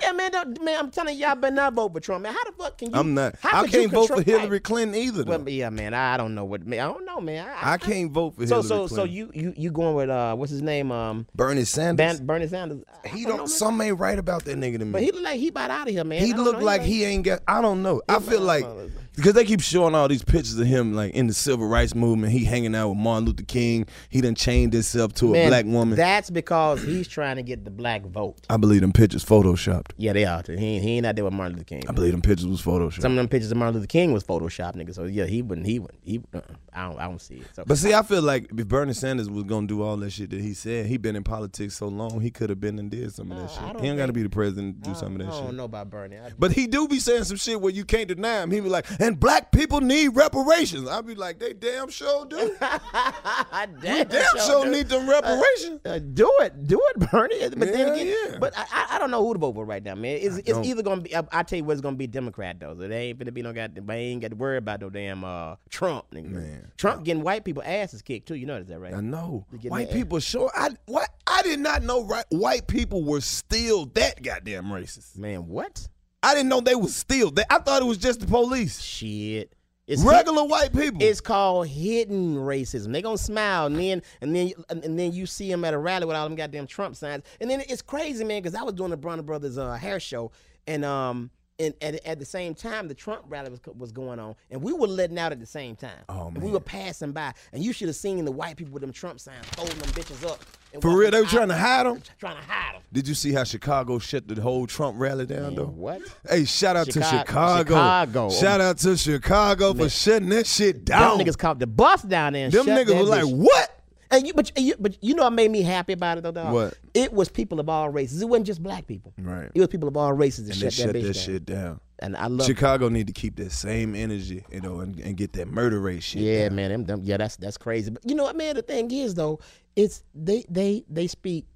Speaker 3: yeah, man, don't, man, I'm telling you, y'all better not vote for Trump, man. How the fuck can you?
Speaker 2: I'm not.
Speaker 3: How
Speaker 2: I
Speaker 3: could you
Speaker 2: can't vote for
Speaker 3: control-
Speaker 2: Hillary Clinton either.
Speaker 3: Well,
Speaker 2: though.
Speaker 3: yeah, man, I don't know what. Man, I don't know, man.
Speaker 2: I can't vote for
Speaker 3: So,
Speaker 2: Hillary
Speaker 3: so,
Speaker 2: Clinton.
Speaker 3: so you, you, you going with uh, what's his name? Um,
Speaker 2: Bernie Sanders.
Speaker 3: Ban- Bernie Sanders. I- I
Speaker 2: he
Speaker 3: know,
Speaker 2: don't.
Speaker 3: man.
Speaker 2: Some ain't right about that nigga to me.
Speaker 3: But he look like he about out of here, man. I
Speaker 2: he
Speaker 3: don't
Speaker 2: look
Speaker 3: know,
Speaker 2: like
Speaker 3: like-
Speaker 2: he ain't got. I don't know. I feel like because they keep showing all these pictures of him like in the civil rights movement. He hanging out with Martin Luther King. He done chained himself to a
Speaker 3: Man,
Speaker 2: black woman. Uh,
Speaker 3: That's because he's trying to get the black vote.
Speaker 2: I believe them pictures photoshopped.
Speaker 3: Yeah, they are. too. He ain't, he ain't out there with Martin Luther King.
Speaker 2: I believe them pictures was photoshopped.
Speaker 3: Some of them pictures of Martin Luther King was Photoshop, nigga. So yeah, he wouldn't. He wouldn't. He. Uh, I don't. I don't see it. So,
Speaker 2: But see, I feel like if Bernie Sanders was gonna do all that shit that he said, he been in politics so long, he could have been and did some of
Speaker 3: Oh,
Speaker 2: that shit. He don't gotta be the president to do some of
Speaker 3: I
Speaker 2: that
Speaker 3: don't
Speaker 2: shit.
Speaker 3: know about Bernie. I,
Speaker 2: But he do be saying some shit where you can't deny him. He be like, and black people need reparations. I'd be like, they damn sure
Speaker 3: [laughs]
Speaker 2: do.
Speaker 3: I
Speaker 2: we damn sure need them reparations.
Speaker 3: Uh, do it, do it, [laughs] Bernie. But then
Speaker 2: Yeah,
Speaker 3: again,
Speaker 2: yeah.
Speaker 3: but I- I, I don't know who to vote for right now, man. It's,
Speaker 2: don't.
Speaker 3: it's either gonna be I, I tell you what, it's gonna be Democrat though. So they ain't gonna be no goddamn. I ain't got to worry about no damn uh, Trump, nigga.
Speaker 2: Man.
Speaker 3: Trump getting white people asses kicked too. You notice that, right?
Speaker 2: I know.
Speaker 3: You getting
Speaker 2: White
Speaker 3: that-
Speaker 2: people sure I what I did not know right, white people were still that goddamn racist.
Speaker 3: Man, what?
Speaker 2: I didn't know they was still that I thought it was just the police.
Speaker 3: Shit. It's
Speaker 2: Regular white people.
Speaker 3: It's called hidden racism. They gonna smile and then and then and, and then you see them at a rally with all them goddamn Trump signs. And then it's crazy, man, because I was doing the Bronner Brothers uh, hair show and um and at, at the same time the Trump rally was co- was going on and we were letting out at the same time. Oh man. And we were passing by and you should have seen the white people with them Trump signs folding them bitches up. and
Speaker 2: For
Speaker 3: walking
Speaker 2: real, they were
Speaker 3: out-
Speaker 2: trying to hide 'em?
Speaker 3: Trying to hide them.
Speaker 2: Did you see how Chicago shut the whole Trump rally down though?
Speaker 3: What?
Speaker 2: Hey, shout out to
Speaker 3: Chicago-
Speaker 2: Chicago.
Speaker 3: Chicago.
Speaker 2: Shout out to Chicago for shutting that shit down.
Speaker 3: Them niggas caught the bus down there. And
Speaker 2: Them
Speaker 3: shut
Speaker 2: niggas
Speaker 3: that
Speaker 2: was like,
Speaker 3: bitch
Speaker 2: what?
Speaker 3: And you, but you, but you know, what made me happy about it though. Dog?
Speaker 2: What?
Speaker 3: It was people of all races. It wasn't just black people.
Speaker 2: Right.
Speaker 3: It was people of all races that
Speaker 2: And they
Speaker 3: shut
Speaker 2: shut
Speaker 3: that bitch
Speaker 2: that
Speaker 3: down.
Speaker 2: shit down.
Speaker 3: And I love.
Speaker 2: Chicago need to keep that same energy, you know, and, and get that murder rate shit.
Speaker 3: Yeah,
Speaker 2: down.
Speaker 3: man. Them, them, yeah, that's that's crazy. But you know what, man? The thing is though, it's they they they speak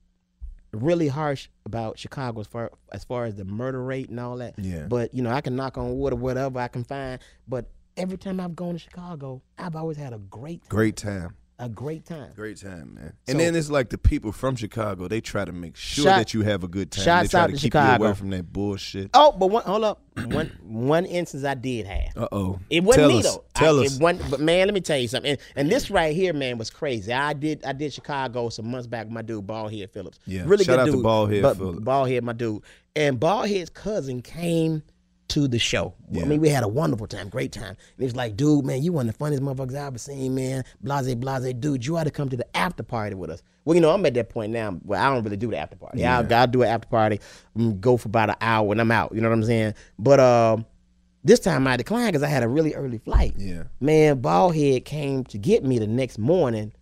Speaker 3: really harsh about Chicago as far as far as the murder rate and all that.
Speaker 2: Yeah.
Speaker 3: But you know, I can knock on wood or whatever I can find. But every time I've gone to Chicago, I've always had a great
Speaker 2: Great time.
Speaker 3: a great time.
Speaker 2: Great time, man. and then it's like the people from Chicago, they try to make sure
Speaker 3: Shout-
Speaker 2: that you have a good time. they
Speaker 3: shouts
Speaker 2: try
Speaker 3: out
Speaker 2: to,
Speaker 3: to
Speaker 2: keep
Speaker 3: Chicago.
Speaker 2: you away from that bullshit.
Speaker 3: Oh, but one hold up. [clears throat] one one instance I did have.
Speaker 2: Uh oh.
Speaker 3: It wasn't
Speaker 2: Tell
Speaker 3: me
Speaker 2: us.
Speaker 3: though.
Speaker 2: Tell
Speaker 3: I,
Speaker 2: us.
Speaker 3: It wasn't, but man, let me tell you something. And, and this right here, man, was crazy. I did I did Chicago some months back. with My dude, Ballhead Phillips.
Speaker 2: Yeah,
Speaker 3: Really
Speaker 2: shout
Speaker 3: good
Speaker 2: out to
Speaker 3: dude.
Speaker 2: Ballhead
Speaker 3: but
Speaker 2: Phillips.
Speaker 3: Ballhead, my dude. And Ballhead's cousin came to the show. I mean, we had a wonderful time, great time. And he was like, dude, man, you one of the funniest motherfuckers I ever seen, man. Blase, blase, dude, you ought to come to the after party with us. Well, you know, I'm at that point now where I don't really do the after party. Yeah. I'll, I'll do an after party, mm, go for about an hour, and I'm out. You know what I'm saying? But um, this time I declined because I had a really early flight.
Speaker 2: Yeah.
Speaker 3: Man, Ballhead came to get me the next morning,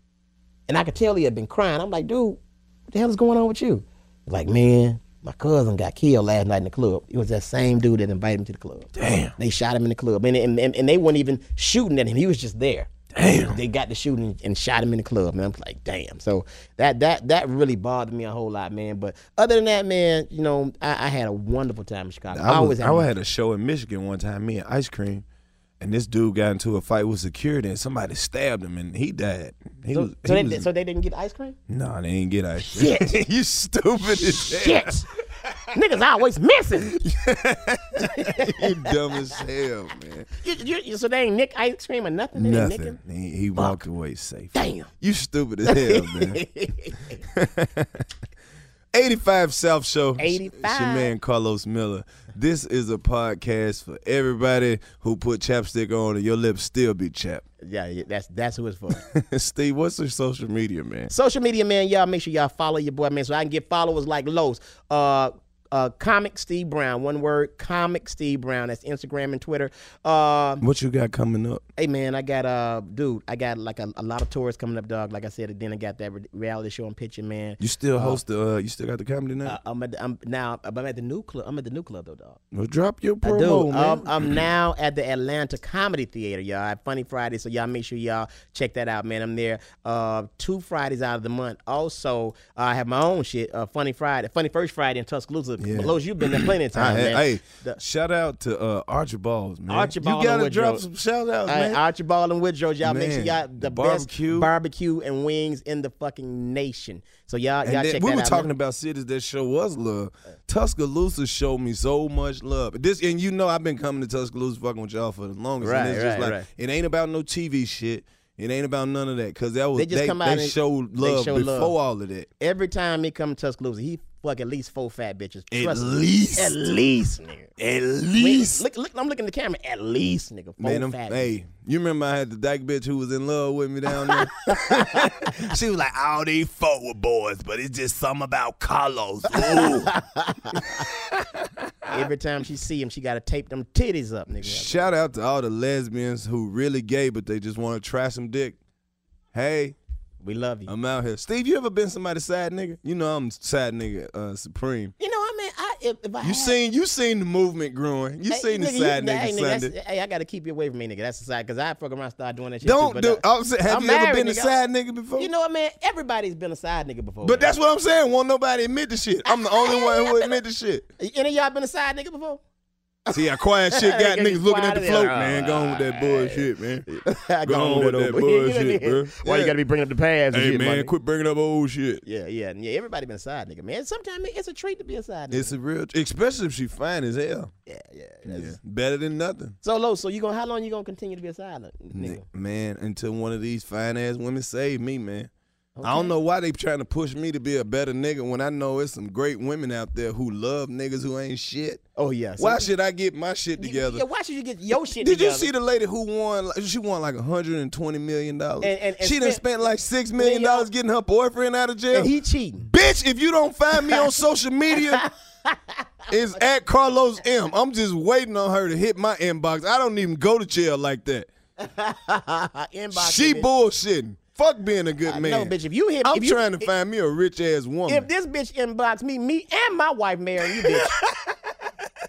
Speaker 3: and I could tell he had been crying. I'm like, dude, what the hell is going on with you? He's Like, man, my cousin got killed last night in the club. It was that same dude that invited him to the club. Damn. They shot him in the club, and and, and, and they weren't even shooting at him. He was just there. Damn. They got the shooting and shot him in the club, man. I'm like, damn. So that that that really bothered me a whole lot, man. But other than that, man, you know, I, I had a wonderful time in Chicago.
Speaker 2: I, was,
Speaker 3: always
Speaker 2: I had a show in Michigan one time, me and Ice Cream, and this dude got into a fight with security, and somebody stabbed him, and he died. He
Speaker 3: so,
Speaker 2: was,
Speaker 3: so
Speaker 2: he
Speaker 3: they,
Speaker 2: was-
Speaker 3: so they didn't get ice
Speaker 2: [laughs]
Speaker 3: cream.
Speaker 2: nah, they ain't get ice cream. [laughs] you stupid as hell.
Speaker 3: Shit. Niggas
Speaker 2: [laughs]
Speaker 3: always missing.
Speaker 2: you dumb as hell, man.
Speaker 3: You- you- you- so they ain't nick ice cream or nothing. They ain't
Speaker 2: Nothing.
Speaker 3: nicking?
Speaker 2: He, he walked away safe.
Speaker 3: Damn.
Speaker 2: You stupid as hell, man.
Speaker 3: [laughs]
Speaker 2: 85 South Show.
Speaker 3: 85.
Speaker 2: It's your man Carlos Miller. This is a podcast for everybody who put chapstick on and your lips still be chapped. [laughs]
Speaker 3: Yeah, yeah, that's that's who it's for. [laughs]
Speaker 2: Steve, what's your social media, man?
Speaker 3: Social media, man, y'all make sure y'all follow your boy, man, so I can get followers like Lowe's. Uh, uh, comic Steve Brown, one word, comic Steve Brown. That's Instagram and Twitter. Um,
Speaker 2: What you got coming up?
Speaker 3: Hey man, I got uh, dude, I got like a, a lot of tours coming up, dog. Like I said, and then I got that re- reality show and picture, man.
Speaker 2: You still host the, uh, you still got the comedy night?
Speaker 3: Uh, I'm at the, I'm now I'm at the new club. I'm at the new club though, dog.
Speaker 2: well, drop your
Speaker 3: I
Speaker 2: promo,
Speaker 3: do.
Speaker 2: man.
Speaker 3: Um, I'm now at the Atlanta Comedy Theater, y'all. At Funny Friday, so y'all make sure y'all check that out, man. I'm there uh, two Fridays out of the month. Also, I have my own shit, uh, Funny Friday, Funny First Friday in Tuscaloosa.
Speaker 2: Yeah.
Speaker 3: Lowe's, you've been there plenty of
Speaker 2: [clears throat] I-
Speaker 3: times, man.
Speaker 2: hey,
Speaker 3: The-
Speaker 2: shout out to uh, Archibald, man.
Speaker 3: Archibald
Speaker 2: you
Speaker 3: and
Speaker 2: gotta
Speaker 3: Woodrow.
Speaker 2: drop some shout outs,
Speaker 3: Hey,
Speaker 2: man.
Speaker 3: Archibald and Woodrow, y'all make sure
Speaker 2: Man,
Speaker 3: y'all
Speaker 2: the
Speaker 3: the, barbecue.
Speaker 2: barbecue.
Speaker 3: best barbecue and wings in the fucking nation. So y'all,
Speaker 2: And
Speaker 3: Uh, y'all
Speaker 2: then
Speaker 3: check
Speaker 2: we
Speaker 3: that
Speaker 2: were
Speaker 3: out.
Speaker 2: talking
Speaker 3: man.
Speaker 2: about cities that show us love. Tuscaloosa showed me so much love. This and you know I've been coming to Tuscaloosa fucking with y'all for the longest. and
Speaker 3: Right,
Speaker 2: it's just
Speaker 3: right,
Speaker 2: like
Speaker 3: right.
Speaker 2: it ain't about no TV shit. It ain't about none of that. Cause that was
Speaker 3: They just
Speaker 2: they,
Speaker 3: come out
Speaker 2: they
Speaker 3: and-
Speaker 2: showed
Speaker 3: they
Speaker 2: love
Speaker 3: show
Speaker 2: before
Speaker 3: love.
Speaker 2: all of that.
Speaker 3: every time he come to Tuscaloosa, he fuck at least four fat bitches.
Speaker 2: At
Speaker 3: Trust me.
Speaker 2: least.
Speaker 3: at least, nigga.
Speaker 2: At least.
Speaker 3: Wait, look, look, I'm looking at the camera. At least, nigga.
Speaker 2: Man,
Speaker 3: Man,
Speaker 2: them-
Speaker 3: fat.
Speaker 2: hey, you remember I had the dyke bitch who was in love with me down
Speaker 3: [laughs]
Speaker 2: there? [laughs] she was like, all these folk were boys, but it's just something about Carlos. Ooh.
Speaker 3: Every time she see him, she gotta tape them titties up, nigga.
Speaker 2: Shout out to all the lesbians who really gay, but they just want to try some dick. Hey.
Speaker 3: We love you.
Speaker 2: I'm out here. Steve, you ever been somebody's side nigga? You know I'm side nigga uh, supreme.
Speaker 3: You know, I mean, I if, if I
Speaker 2: You
Speaker 3: had-
Speaker 2: seen you seen the movement growing. You
Speaker 3: Hey,
Speaker 2: seen the
Speaker 3: nigga, you-
Speaker 2: side
Speaker 3: nah,
Speaker 2: nigga,
Speaker 3: hey,
Speaker 2: Sunday.
Speaker 3: that's- Hey, I gotta keep you away from me, nigga. That's the side because I fuck around, start doing that shit.
Speaker 2: Don't
Speaker 3: too, but,
Speaker 2: do.
Speaker 3: uh,
Speaker 2: I'm saying, have
Speaker 3: I'm
Speaker 2: you ever been
Speaker 3: married,
Speaker 2: a
Speaker 3: nigga.
Speaker 2: side nigga before?
Speaker 3: You know what, man? Everybody's been a side nigga before.
Speaker 2: but that's what I'm saying. Won't nobody admit the shit. I'm the
Speaker 3: [laughs]
Speaker 2: only one who admit the shit.
Speaker 3: any of y'all been a side
Speaker 2: [laughs]
Speaker 3: nigga before?
Speaker 2: See how quiet shit
Speaker 3: [laughs]
Speaker 2: got
Speaker 3: Nigga, you
Speaker 2: niggas looking at
Speaker 3: quiet
Speaker 2: the
Speaker 3: as
Speaker 2: float,
Speaker 3: hell.
Speaker 2: man. Go on with that bullshit, man.
Speaker 3: I
Speaker 2: Go
Speaker 3: got
Speaker 2: on with [laughs] that bullshit, bro.
Speaker 3: Why you
Speaker 2: Yeah.
Speaker 3: gotta be bringing up the past? and
Speaker 2: Hey
Speaker 3: shit, my
Speaker 2: man,
Speaker 3: nigga?
Speaker 2: quit bringing up old shit.
Speaker 3: Yeah, yeah, and yeah. Everybody been a side nigga, man. Sometimes it's a treat to be a side nigga.
Speaker 2: It's a real, especially if she fine as hell.
Speaker 3: yeah, yeah. that's-
Speaker 2: Better than nothing,
Speaker 3: So low. So you gonna how long you gonna continue to be a side li- nigga?
Speaker 2: Ni- man. Until one of these fine ass women save me, man. I don't know why they trying to push me to be a better nigga when I know it's some great women out there who love niggas who ain't shit.
Speaker 3: Oh yeah. so-
Speaker 2: Why should I get my shit
Speaker 3: You-
Speaker 2: together?
Speaker 3: Yeah, why should you get your shit
Speaker 2: Did you
Speaker 3: together?
Speaker 2: see the lady who won? like, She won like 120 million dollars.
Speaker 3: And- and- and
Speaker 2: she done
Speaker 3: spent-
Speaker 2: spent like six million
Speaker 3: Then y'all-
Speaker 2: dollars getting her boyfriend out of jail.
Speaker 3: And he cheating.
Speaker 2: [laughs] Bitch, if you don't find me on social
Speaker 3: [laughs]
Speaker 2: media, it's at Carlos M. I'm just waiting on her to hit my inbox. I don't even go to jail like that.
Speaker 3: Inbox
Speaker 2: she
Speaker 3: bitch.
Speaker 2: bullshitting. Fuck being a good man.
Speaker 3: No, bitch. If you hit,
Speaker 2: I'm
Speaker 3: if you,
Speaker 2: trying to find me a rich ass woman.
Speaker 3: If this bitch inbox me, me and my wife marrying you,
Speaker 2: [laughs]
Speaker 3: bitch.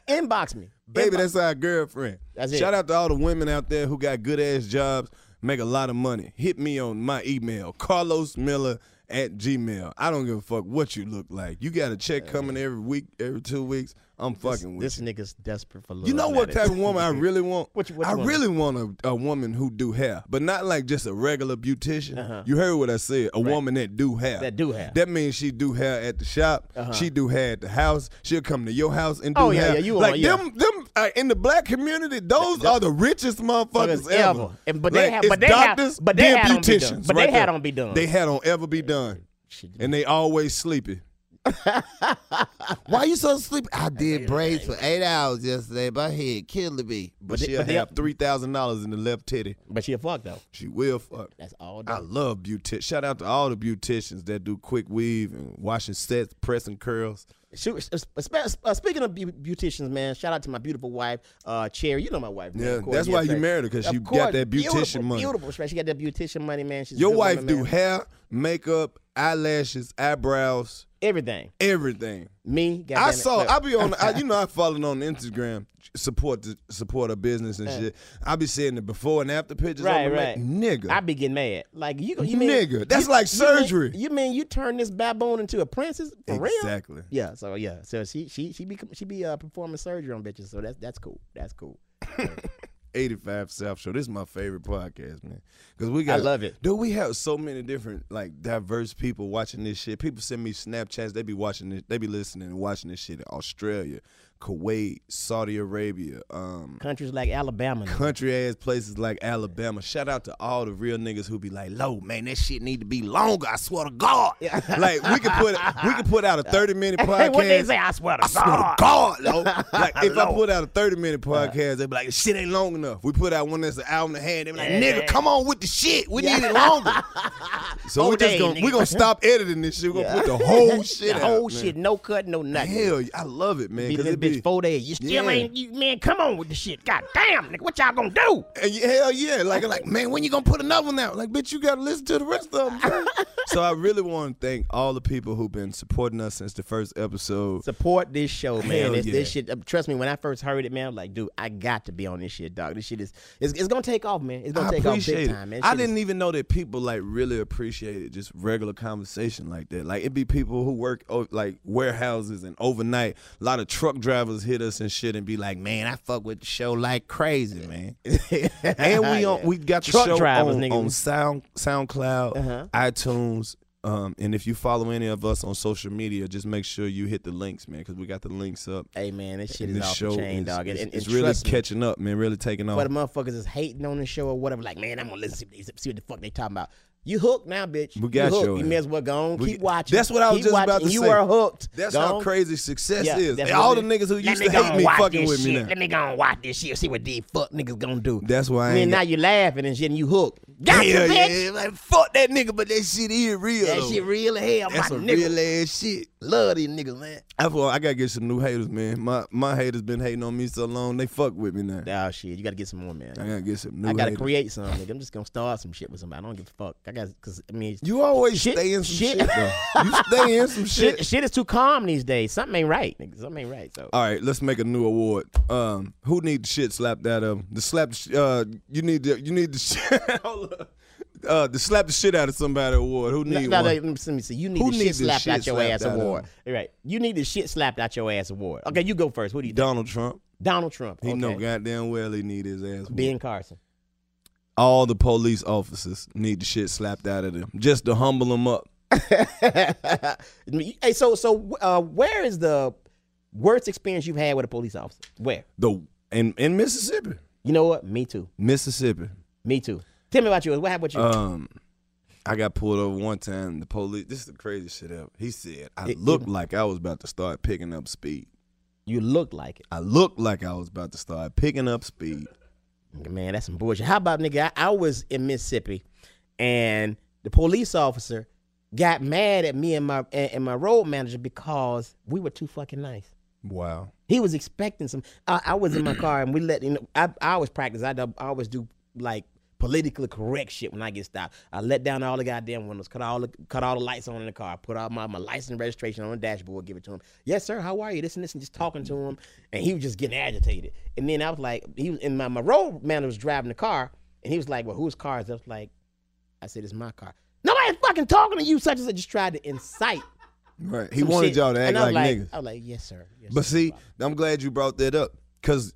Speaker 3: inbox me.
Speaker 2: Baby,
Speaker 3: Inbox-
Speaker 2: that's our girlfriend.
Speaker 3: That's it.
Speaker 2: Shout out to all the women out there who got good ass jobs, make a lot of money. Hit me on my email, Carlos Miller at Gmail. I don't give a fuck what you look like. You got a check coming every week, every two weeks. I'm fucking with
Speaker 3: this
Speaker 2: you.
Speaker 3: nigga's desperate for love.
Speaker 2: You know what
Speaker 3: that
Speaker 2: type
Speaker 3: is.
Speaker 2: of woman I really
Speaker 3: [laughs]
Speaker 2: want?
Speaker 3: What you- what you
Speaker 2: I
Speaker 3: want?
Speaker 2: really want a, a woman who do hair, but not like just a regular beautician. You heard what I said? A woman that do hair.
Speaker 3: Uh-huh. That do hair. Uh-huh.
Speaker 2: That means she do hair at the shop. She do hair at the house. She'll come to your house and do
Speaker 3: Oh, yeah,
Speaker 2: hair.
Speaker 3: yeah, you
Speaker 2: like
Speaker 3: want- yeah.
Speaker 2: them them uh, in the black community. Those are the richest motherfuckers
Speaker 3: Fuckers
Speaker 2: ever.
Speaker 3: ever. And- but they
Speaker 2: Like,
Speaker 3: have-
Speaker 2: it's
Speaker 3: but they have-
Speaker 2: doctors,
Speaker 3: but they
Speaker 2: then
Speaker 3: had on be done.
Speaker 2: beauticians
Speaker 3: But they
Speaker 2: right
Speaker 3: had
Speaker 2: there.
Speaker 3: on be done.
Speaker 2: They had on ever be done, and they always sleepy. Why you so sleepy? I did braids for eight hours yesterday. My head killing me. But,
Speaker 3: they-
Speaker 2: she'll
Speaker 3: but they-
Speaker 2: have three thousand dollars in the left titty.
Speaker 3: But she a fuck though.
Speaker 2: She will fuck.
Speaker 3: That's all.
Speaker 2: I
Speaker 3: Day.
Speaker 2: love beauty. Shout out to all the beauticians that do quick weave and washing sets, pressing curls.
Speaker 3: Shoot, uh, spe- uh, speaking of beau- beauticians, man, shout out to my beautiful wife, uh, Cherry. You know my wife. man,
Speaker 2: Yeah,
Speaker 3: of course,
Speaker 2: that's why you
Speaker 3: thank-
Speaker 2: married her, 'cause
Speaker 3: Of
Speaker 2: you got
Speaker 3: course,
Speaker 2: that beautician
Speaker 3: beautiful,
Speaker 2: money.
Speaker 3: Beautiful, right? She got that beautician money, man. She's a
Speaker 2: Your
Speaker 3: good
Speaker 2: wife
Speaker 3: woman,
Speaker 2: do
Speaker 3: man.
Speaker 2: hair, makeup, eyelashes, eyebrows,
Speaker 3: everything.
Speaker 2: everything.
Speaker 3: Me,
Speaker 2: I
Speaker 3: goddamn it,
Speaker 2: saw.
Speaker 3: look.
Speaker 2: I be on. I, you know,
Speaker 3: [laughs]
Speaker 2: I followed on Instagram. Support the support her business and shit. I be seeing the before and after pictures.
Speaker 3: Right,
Speaker 2: I'm
Speaker 3: right.
Speaker 2: Like, nigga,
Speaker 3: I be getting mad. Like you, you mean
Speaker 2: Nigga, that's
Speaker 3: you-
Speaker 2: like
Speaker 3: you mean-
Speaker 2: surgery.
Speaker 3: You mean you, turn this baboon into a princess for real?
Speaker 2: Exactly.
Speaker 3: Yeah. So yeah. So she she she be she be uh, performing surgery on bitches. So that's that's cool. That's cool.
Speaker 2: 85 South Show. This is my favorite podcast, man. Because we got,
Speaker 3: love it.
Speaker 2: Dude, we have so many different, like, diverse people watching this shit. People send me Snapchats. They be watching this, they be listening and watching this shit in Australia, Kuwait, Saudi Arabia, um,
Speaker 3: Countries like
Speaker 2: [laughs]
Speaker 3: Alabama.
Speaker 2: country ass places like Alabama. Shout out to all the real niggas who be like, "Low man, that shit need to be longer." I swear to God, [laughs] like we could put we could put out a thirty minute [laughs] podcast.
Speaker 3: what they say? I swear to
Speaker 2: I swear to
Speaker 3: God.
Speaker 2: God, [laughs] Lo. Like if I put out a thirty minute podcast, they be like, "This shit ain't long enough." We put out one that's an hour and a half. They be like, "Nigga, come on with the shit. We
Speaker 3: [laughs]
Speaker 2: need it longer." So
Speaker 3: Whole
Speaker 2: we just
Speaker 3: day,
Speaker 2: gonna we [laughs]
Speaker 3: nigga.
Speaker 2: gonna stop editing this shit. We gonna put the [laughs] whole shit out.
Speaker 3: the whole
Speaker 2: man.
Speaker 3: shit, no cut, no nothing.
Speaker 2: Hell, I love it, man.
Speaker 3: Be
Speaker 2: 'cause
Speaker 3: this
Speaker 2: it be-
Speaker 3: bitch four days. You still
Speaker 2: Yeah.
Speaker 3: ain't you man. Come on with the shit. God damn, nigga, what y'all gonna do?
Speaker 2: And you, hell yeah, like I'm like man, when you gonna put another one out? Like bitch, you gotta listen to the rest of them. [laughs] so I really want to thank all the people who've been supporting us since the first episode.
Speaker 3: Support this show, man.
Speaker 2: Hell
Speaker 3: This, this
Speaker 2: yeah.
Speaker 3: shit. uh, Trust me, when I first heard it, man, I'm like, dude, I got to be on this shit, dog. This shit is it's, it's gonna take off, man. It's gonna
Speaker 2: I
Speaker 3: take off big
Speaker 2: appreciate
Speaker 3: time, man.
Speaker 2: it.
Speaker 3: This
Speaker 2: I
Speaker 3: shit is-
Speaker 2: didn't e- even know that people like really appreciated just regular conversation like that. Like it'd be people who work o- like warehouses and overnight. A lot of truck drivers hit us and shit and be like, man, I fuck with the show like crazy,
Speaker 3: [laughs]
Speaker 2: man. and we on we got the
Speaker 3: Truck
Speaker 2: show
Speaker 3: drivers,
Speaker 2: on,
Speaker 3: nigga. Uh-huh.
Speaker 2: on Sound SoundCloud, iTunes. Um, and if you follow any of us on social media, just make sure you hit the links, man, because we got the links up.
Speaker 3: Hey man, this shit
Speaker 2: And
Speaker 3: is
Speaker 2: this
Speaker 3: off
Speaker 2: show
Speaker 3: the chain,
Speaker 2: is,
Speaker 3: dog. And,
Speaker 2: is-
Speaker 3: and,
Speaker 2: is
Speaker 3: and
Speaker 2: really
Speaker 3: trust me,
Speaker 2: catching up, man. Really taking off.
Speaker 3: But the motherfuckers is hating on the show or whatever. Like, man, I'm gonna listen to these, see what the fuck they talking about. You hooked now, bitch.
Speaker 2: We got
Speaker 3: you. Hooked.
Speaker 2: your
Speaker 3: You
Speaker 2: ass.
Speaker 3: may as well go on.
Speaker 2: We-
Speaker 3: keep watching.
Speaker 2: That's what I was
Speaker 3: Keep
Speaker 2: just
Speaker 3: watching.
Speaker 2: about to
Speaker 3: you
Speaker 2: say.
Speaker 3: You are hooked.
Speaker 2: That's
Speaker 3: Go
Speaker 2: how
Speaker 3: on.
Speaker 2: crazy success
Speaker 3: Yeah,
Speaker 2: is.
Speaker 3: that's
Speaker 2: all
Speaker 3: what
Speaker 2: the
Speaker 3: it is.
Speaker 2: niggas who
Speaker 3: Let
Speaker 2: used
Speaker 3: me
Speaker 2: to
Speaker 3: go
Speaker 2: hate
Speaker 3: and
Speaker 2: me
Speaker 3: watch
Speaker 2: fucking
Speaker 3: this
Speaker 2: with me
Speaker 3: shit.
Speaker 2: now.
Speaker 3: Let me go and watch this shit. See what these fuck niggas gonna do.
Speaker 2: That's why I
Speaker 3: And
Speaker 2: ain't.
Speaker 3: now you laughing and shit, and you hooked. Got
Speaker 2: yeah,
Speaker 3: you, bitch.
Speaker 2: yeah, like, fuck that nigga, but that shit is real.
Speaker 3: That
Speaker 2: though.
Speaker 3: shit real as hell,
Speaker 2: That's
Speaker 3: my
Speaker 2: a
Speaker 3: nigga.
Speaker 2: real ass shit.
Speaker 3: Love these niggas, man.
Speaker 2: I feel I gotta get some new haters, man. My my haters been hating on me so long, they fuck with me now.
Speaker 3: Oh shit, you gotta get some more, man.
Speaker 2: I gotta get some new.
Speaker 3: I gotta
Speaker 2: haters.
Speaker 3: create some. Nigga. I'm just gonna start some shit with somebody. I don't give a fuck. I got because I mean
Speaker 2: You always
Speaker 3: Shit,
Speaker 2: stay in some shit.
Speaker 3: shit.
Speaker 2: though.
Speaker 3: [laughs]
Speaker 2: you stay in some shit.
Speaker 3: shit, shit is too calm these days. Something ain't right, nigga. Something ain't right. So
Speaker 2: All right, let's make a new award. Um, who need the shit slapped out of 'em? The slap. the sh- Uh, you need the you need the shit. [laughs] Hold up. uh, the slap the shit out of somebody award. Who
Speaker 3: no,
Speaker 2: need
Speaker 3: no, no,
Speaker 2: one?
Speaker 3: let me see. let me see. You need
Speaker 2: Who
Speaker 3: the
Speaker 2: need
Speaker 3: shit
Speaker 2: the
Speaker 3: slapped
Speaker 2: shit
Speaker 3: out your
Speaker 2: slapped
Speaker 3: ass
Speaker 2: out of
Speaker 3: award.
Speaker 2: him?
Speaker 3: All right, you need the shit slapped out your ass award. Okay, you go first. What do you think?
Speaker 2: Donald Trump.
Speaker 3: Donald Trump.
Speaker 2: He
Speaker 3: okay.
Speaker 2: know goddamn well he need his ass. whooped. [laughs]
Speaker 3: Ben Carson.
Speaker 2: All the police officers need the shit slapped out of them just to humble them up.
Speaker 3: hey, so so uh, where is the worst experience you've had with a police officer? Where?
Speaker 2: The in in Mississippi,
Speaker 3: You know what? Me too.
Speaker 2: Mississippi.
Speaker 3: Me too. Tell me about yours. What happened with you?
Speaker 2: Um, I got pulled over one time. The police. This is the craziest shit ever. He said I
Speaker 3: It-
Speaker 2: looked
Speaker 3: it-
Speaker 2: like I was about to start picking up speed.
Speaker 3: you look like it.
Speaker 2: I looked like I was about to start picking up speed.
Speaker 3: Man, that's some bullshit. How about nigga? I, I was in Mississippi, and the police officer got mad at me and my and, and my road manager because we were too fucking nice.
Speaker 2: Wow.
Speaker 3: He was expecting some. I, I was in my car, and we let you know. I, I always practice. I, do- I always do like politically correct shit when I get stopped. I let down all the goddamn windows, cut all the cut all the lights on in the car, I put all my my license and registration on the dashboard, give it to him. Yes, sir. How are you? This and this, and just talking to him, and he was just getting agitated. And then I was like, he was, and my my road man was driving the car, and he was like, "Well, whose car is?" that?" I was like, "I said it's my car." Nobody's fucking talking to you. Such as I just tried to incite.
Speaker 2: Right. He
Speaker 3: some
Speaker 2: wanted
Speaker 3: shit.
Speaker 2: y'all to act
Speaker 3: And I
Speaker 2: like,
Speaker 3: was
Speaker 2: niggas.
Speaker 3: I was like, "Yes, sir." Yes,
Speaker 2: But
Speaker 3: sir."
Speaker 2: see, I'm glad you brought that up because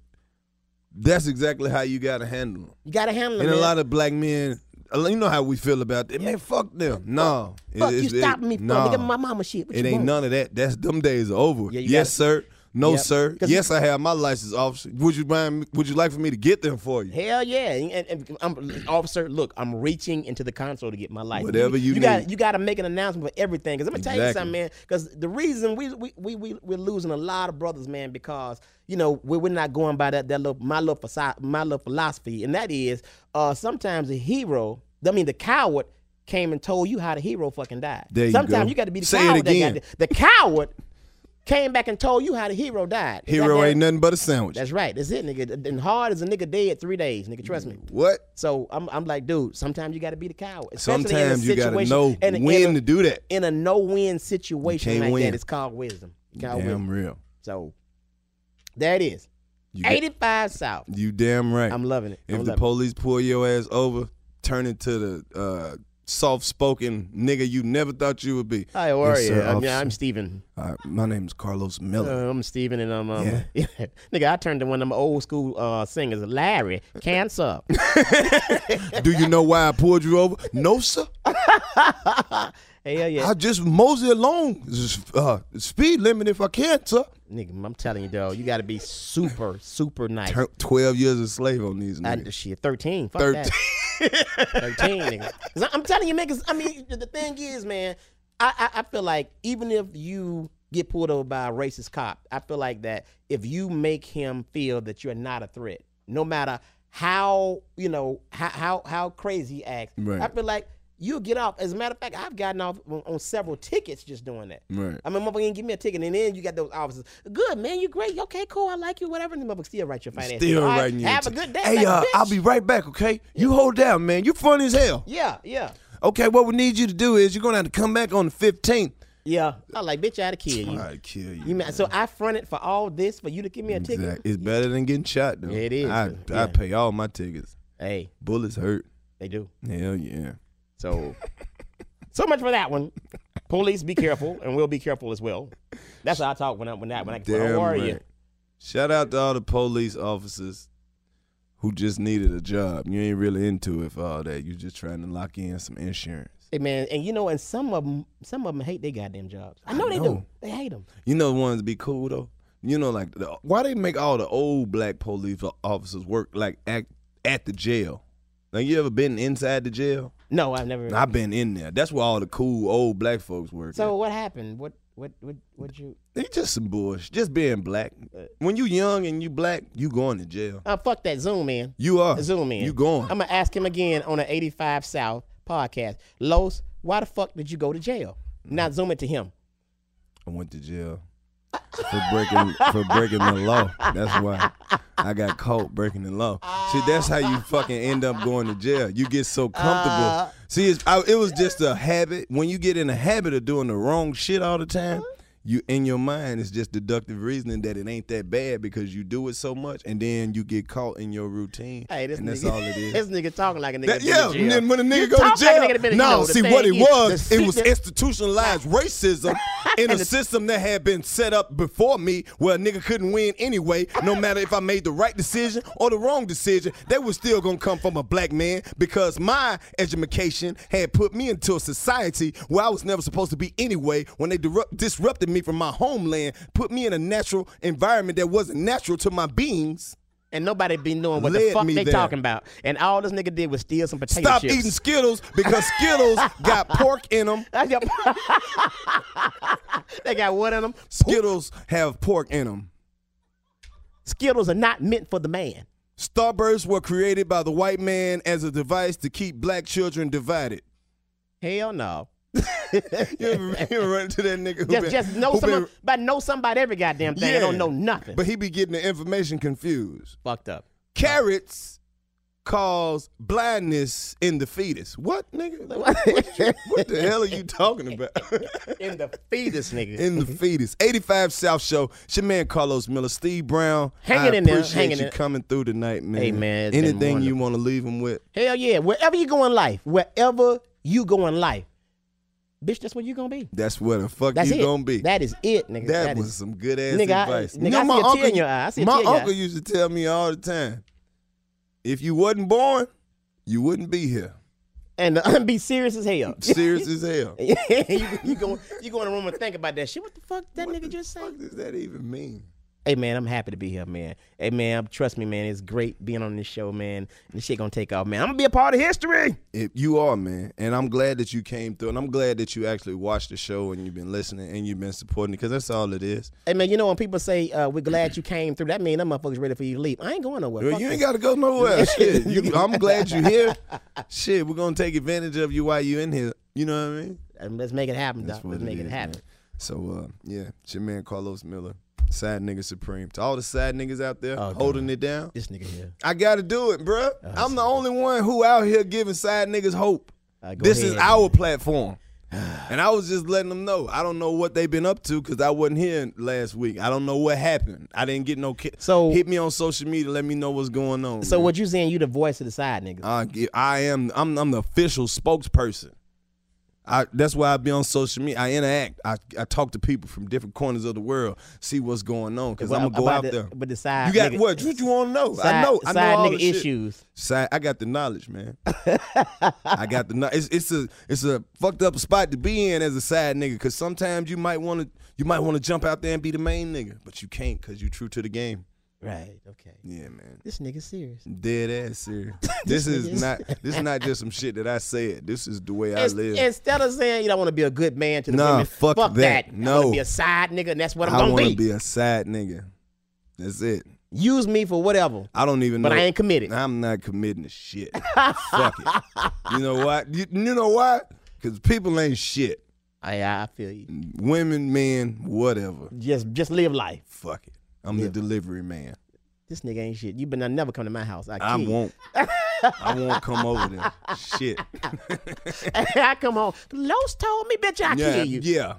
Speaker 2: that's exactly how you gotta handle them.
Speaker 3: you gotta handle it.
Speaker 2: And a
Speaker 3: man.
Speaker 2: lot of black men, you know how we feel about that. Man, fuck them. No. It-
Speaker 3: Fuck,
Speaker 2: it's-
Speaker 3: you
Speaker 2: it-
Speaker 3: stopping me for
Speaker 2: no.
Speaker 3: nigga, my mama shit. What
Speaker 2: It
Speaker 3: you
Speaker 2: ain't
Speaker 3: want?
Speaker 2: none of that. That's them days are over.
Speaker 3: Yeah, you
Speaker 2: yes, sir. No,
Speaker 3: Yep.
Speaker 2: sir.
Speaker 3: 'Cause-
Speaker 2: Yes, I have my license officer. Would you mind, Would you like for me to get them for you?
Speaker 3: Hell yeah! And, and- and I'm, officer, look, I'm reaching into the console to get my license.
Speaker 2: Whatever you
Speaker 3: Got,
Speaker 2: need.
Speaker 3: you got to make an announcement for everything. Because I'm gonna tell you
Speaker 2: Exactly.
Speaker 3: something, man. Because the reason we we we we we're losing a lot of brothers, man, because you know we we're not going by that that little my little philosophy, my little philosophy, and that is uh sometimes the hero, I mean the coward, came and told you how the hero fucking died.
Speaker 2: There you
Speaker 3: sometimes
Speaker 2: go.
Speaker 3: you got to be the
Speaker 2: Say it
Speaker 3: coward. that
Speaker 2: again.
Speaker 3: got the coward came back and told you how the hero died.
Speaker 2: Hero
Speaker 3: Goddamn-
Speaker 2: ain't nothing but a sandwich.
Speaker 3: That's right. That's it, nigga. And hard as a nigga dead three days, nigga. Trust me.
Speaker 2: what?
Speaker 3: So I'm, I'm like, dude, sometimes you got to be the coward. especially in a
Speaker 2: Sometimes you gotta
Speaker 3: situation-
Speaker 2: know
Speaker 3: in a- in
Speaker 2: when
Speaker 3: a-
Speaker 2: to do that.
Speaker 3: In a no-win situation
Speaker 2: can't
Speaker 3: like
Speaker 2: win.
Speaker 3: that, it's called wisdom. It's called
Speaker 2: Damn
Speaker 3: wisdom.
Speaker 2: real.
Speaker 3: So there it is.
Speaker 2: You got-
Speaker 3: 85 South.
Speaker 2: You damn right.
Speaker 3: I'm loving it.
Speaker 2: If
Speaker 3: I'm
Speaker 2: the
Speaker 3: loving
Speaker 2: police pull your ass over, turn into the uh, soft-spoken nigga you never thought you would be.
Speaker 3: it. Hi, how are
Speaker 2: Yes,
Speaker 3: you?
Speaker 2: sir,
Speaker 3: I'm, yeah,
Speaker 2: officer.
Speaker 3: I'm Steven.
Speaker 2: All right, my name's Carlos Miller.
Speaker 3: Uh, I'm Steven, and I'm, [laughs] um, nigga, I turned to one of them old school uh, singers, Larry,
Speaker 2: [laughs]
Speaker 3: cancer. Uh,
Speaker 2: Do you know why I pulled you over? No, sir.
Speaker 3: Hell yeah.
Speaker 2: I just mosey along s- uh, speed limit if I can, sir.
Speaker 3: Nigga, I'm telling you, though, you got to be super, super nice.
Speaker 2: Turn- Twelve years a slave on these
Speaker 3: I,
Speaker 2: niggas.
Speaker 3: shit, 13. Fuck
Speaker 2: Thirteen.
Speaker 3: that.
Speaker 2: [laughs]
Speaker 3: 13, nigga. 'Cause I- I'm telling you, man, 'cause, I mean, the the thing is, man, I, I, I feel like even if you get pulled over by a racist cop, I feel like that if you make him feel that you're not a threat, no matter how, you know, how how, how crazy he acts,
Speaker 2: Right.
Speaker 3: I feel like you'll get off. As a matter of fact, I've gotten off on, on several tickets just doing that.
Speaker 2: Right.
Speaker 3: I mean, motherfucker didn't give me a ticket, and then you got those officers. Good, man, you great. Okay, cool, I like you, whatever. And the motherfucker still write your finance.
Speaker 2: Still
Speaker 3: All right,
Speaker 2: writing you.
Speaker 3: Have a good day.
Speaker 2: Hey,
Speaker 3: Like,
Speaker 2: uh, I'll
Speaker 3: bitch.
Speaker 2: be right back. Okay, you hold down, man. You funny as hell.
Speaker 3: Yeah, yeah.
Speaker 2: Okay, what we need you to do is you're gonna have to come back on the fifteenth.
Speaker 3: Yeah. I like, bitch, I'd kill you.
Speaker 2: I kill you.
Speaker 3: you mean, so I fronted for all this for you to give me a ticket?
Speaker 2: Exact- It's better than getting shot, though.
Speaker 3: It is,
Speaker 2: I,
Speaker 3: but-
Speaker 2: I
Speaker 3: yeah.
Speaker 2: pay all my tickets.
Speaker 3: Hey,
Speaker 2: Bullets hurt.
Speaker 3: they do.
Speaker 2: Hell yeah.
Speaker 3: So, so much for that one. Police, be careful, and we'll be careful as well. That's how I talk when I when I when I when I
Speaker 2: Damn
Speaker 3: worry
Speaker 2: right.
Speaker 3: you.
Speaker 2: Shout out to all the police officers who just needed a job. You ain't really into it for all that. You just trying to lock in some insurance.
Speaker 3: Hey man, and you know, and some of them, some of them hate their goddamn jobs. I know, they do.
Speaker 2: know.
Speaker 3: They hate them.
Speaker 2: You know the ones be cool though. You know like the, why they make all the old black police officers work like act at the jail. Now you ever been inside the jail?
Speaker 3: No, I've never.
Speaker 2: I've been in there. That's where all the cool old black folks work.
Speaker 3: So what happened? What what what what you?
Speaker 2: They just some bullshit. Just being black. When you young and you black, you going to jail.
Speaker 3: Uh, fuck that Zoom in.
Speaker 2: You are.
Speaker 3: Zoom in.
Speaker 2: You going.
Speaker 3: I'm gonna ask him again on an 85 South podcast. Los, why the fuck did you go to jail?
Speaker 2: Mm.
Speaker 3: Now zoom it to him.
Speaker 2: I went to jail for breaking for breaking the law. That's why I got caught breaking the law. See, that's how you fucking end up going to jail. You get so comfortable.
Speaker 3: Uh.
Speaker 2: See, it's, I, it was just a habit. When you get in a habit of doing the wrong shit all the time, you in your mind it's just deductive reasoning that it ain't that bad because you do it so much, and then you get caught in your routine.
Speaker 3: Hey, this
Speaker 2: and that's
Speaker 3: nigga,
Speaker 2: all
Speaker 3: [laughs]
Speaker 2: it is.
Speaker 3: this nigga talking like a nigga.
Speaker 2: That-
Speaker 3: been
Speaker 2: yeah,
Speaker 3: to
Speaker 2: and
Speaker 3: jail.
Speaker 2: then when a
Speaker 3: You
Speaker 2: nigga go
Speaker 3: talk
Speaker 2: to jail,
Speaker 3: like a nigga been to
Speaker 2: no,
Speaker 3: jail. The
Speaker 2: see
Speaker 3: thing
Speaker 2: what it
Speaker 3: is,
Speaker 2: was,
Speaker 3: the
Speaker 2: it was
Speaker 3: secret- [laughs]
Speaker 2: institutionalized racism in a system that had been set up before me, where a nigga couldn't win anyway, no matter if I made the right decision or the wrong decision, they was still gonna come from a black man because my education had put me into a society where I was never supposed to be anyway. When they disrupt- disrupted me from my homeland, put me in a natural environment that wasn't natural to my beings.
Speaker 3: and nobody be knowing what the
Speaker 2: Led
Speaker 3: fuck
Speaker 2: me
Speaker 3: they
Speaker 2: there.
Speaker 3: talking about. And all this nigga did was steal some potato
Speaker 2: Stop
Speaker 3: chips. [laughs]
Speaker 2: eating Skittles because Skittles got pork in them.
Speaker 3: [laughs] they got what in them?
Speaker 2: Skittles have pork in them.
Speaker 3: Skittles are not meant for the man.
Speaker 2: Starbursts were created by the white man as a device to keep black children divided. [laughs]
Speaker 3: Hell no.
Speaker 2: You ever, you ever run into that nigga who
Speaker 3: Just
Speaker 2: been-
Speaker 3: just know
Speaker 2: who been-
Speaker 3: someone, but know somebody every goddamn thing. They
Speaker 2: Yeah.
Speaker 3: don't know nothing.
Speaker 2: but he be getting the information confused.
Speaker 3: Fucked up.
Speaker 2: Carrots cause blindness in the fetus. What nigga? What, what you- what the hell are you talking about?
Speaker 3: [laughs] In the fetus, nigga.
Speaker 2: in the fetus. 85 South Show. It's your man Carlos Miller, Steve Brown.
Speaker 3: Hanging
Speaker 2: I
Speaker 3: in there,
Speaker 2: appreciate
Speaker 3: hanging
Speaker 2: you
Speaker 3: in-
Speaker 2: coming through tonight, man.
Speaker 3: Hey, man, it's been
Speaker 2: Anything you want to leave him with?
Speaker 3: Hell yeah. Wherever you go in life, wherever you go in life, bitch, that's where you gonna be.
Speaker 2: That's where the fuck
Speaker 3: That's
Speaker 2: you
Speaker 3: it.
Speaker 2: gonna be.
Speaker 3: That is it, nigga.
Speaker 2: That
Speaker 3: That
Speaker 2: was
Speaker 3: is-
Speaker 2: some good ass
Speaker 3: Nigga, I-
Speaker 2: advice.
Speaker 3: nigga, I see a tear in your eye. I see a
Speaker 2: my
Speaker 3: tear in your
Speaker 2: uncle
Speaker 3: eye.
Speaker 2: used to tell me all the time, if you wasn't born, you wouldn't be
Speaker 3: [laughs]
Speaker 2: here.
Speaker 3: and uh, [laughs] be serious as
Speaker 2: [laughs]
Speaker 3: hell.
Speaker 2: Serious as hell.
Speaker 3: you, you go you go in the room and think about that shit. What the fuck that nigga just said?
Speaker 2: What does that even mean?
Speaker 3: Hey man, I'm happy to be here, man. Hey man, trust me, man. It's great being on this show, man. This shit gonna take off, man. I'm gonna be a part of history.
Speaker 2: If you are, man. And I'm glad that you came through. And I'm glad that you actually watched the show and you've been listening and you've been supporting it because that's all it is.
Speaker 3: Hey man, you know when people say uh, we're glad you came through, that mean that motherfucker's ready for you to leave. I ain't going nowhere.
Speaker 2: Well,
Speaker 3: Fuck
Speaker 2: you
Speaker 3: that.
Speaker 2: ain't got to go nowhere. Shit.
Speaker 3: [laughs]
Speaker 2: You, I'm glad you're here. Shit, we're going to take advantage of you while you're in here. You know what I mean?
Speaker 3: Um, Let's make it happen,
Speaker 2: That's
Speaker 3: dog.
Speaker 2: what
Speaker 3: Let's make
Speaker 2: is,
Speaker 3: it happen.
Speaker 2: man. So uh, yeah, it's your man Carlos Miller, sad nigga supreme. To all the sad niggas out there
Speaker 3: Oh, God. Oh,
Speaker 2: holding it down,
Speaker 3: This nigga here.
Speaker 2: I gotta do it, bruh. I'm the only one who out here giving sad niggas hope.
Speaker 3: Uh, go
Speaker 2: this
Speaker 3: ahead,
Speaker 2: is
Speaker 3: man.
Speaker 2: our platform. And I was just letting them know. I don't know what they've been up to because I wasn't here last week. I don't know what happened. I didn't get no. Ki-
Speaker 3: So-
Speaker 2: hit me on social media. Let me know what's going on.
Speaker 3: So
Speaker 2: man.
Speaker 3: what you saying? You the voice of the side, nigga.
Speaker 2: I, gi- I am I'm I'm the official spokesperson. I, that's why I be on social media. I interact. I, I talk to people from different corners of the world, see what's going on. Cause
Speaker 3: Well,
Speaker 2: I'm gonna go
Speaker 3: about
Speaker 2: out
Speaker 3: the-
Speaker 2: there.
Speaker 3: but the side
Speaker 2: you got
Speaker 3: nigga-
Speaker 2: what? What you want to know? I
Speaker 3: Side-
Speaker 2: know. I know
Speaker 3: side
Speaker 2: all
Speaker 3: nigga
Speaker 2: the shit.
Speaker 3: issues.
Speaker 2: Side, I got the knowledge,
Speaker 3: [laughs]
Speaker 2: man. I got the knowledge. It's, it's a it's a fucked up spot to be in as a side nigga. Cause sometimes you might want to you might want to jump out there and be the main nigga, but you can't cause you true to the game.
Speaker 3: Right. Okay.
Speaker 2: Yeah, man.
Speaker 3: This nigga serious.
Speaker 2: Dead ass
Speaker 3: [laughs]
Speaker 2: serious. this is not this is not just some shit that I said. This is the way I
Speaker 3: Ins-
Speaker 2: live.
Speaker 3: Instead of saying you don't want to be a good man to the
Speaker 2: Nah,
Speaker 3: women,
Speaker 2: fuck that.
Speaker 3: I want
Speaker 2: No.
Speaker 3: to be a side nigga, and that's what I'm
Speaker 2: I
Speaker 3: gonna
Speaker 2: want
Speaker 3: be.
Speaker 2: to be a sad nigga. That's it.
Speaker 3: Use me for whatever.
Speaker 2: I don't even.
Speaker 3: But
Speaker 2: know.
Speaker 3: I ain't committed.
Speaker 2: I'm not committing to
Speaker 3: [laughs]
Speaker 2: shit. Fuck it. You know what? You, you know why? Because people ain't shit.
Speaker 3: I, I feel you.
Speaker 2: Women, men, whatever.
Speaker 3: Mm. Just just live life.
Speaker 2: Fuck it. I'm the delivery man.
Speaker 3: This nigga ain't shit. You better not never come to my house. I,
Speaker 2: I
Speaker 3: kill you.
Speaker 2: won't. I won't come over there. Shit.
Speaker 3: [laughs]
Speaker 2: [laughs]
Speaker 3: I come home. Los told me, bitch, I
Speaker 2: yeah,
Speaker 3: kill you.
Speaker 2: Yeah.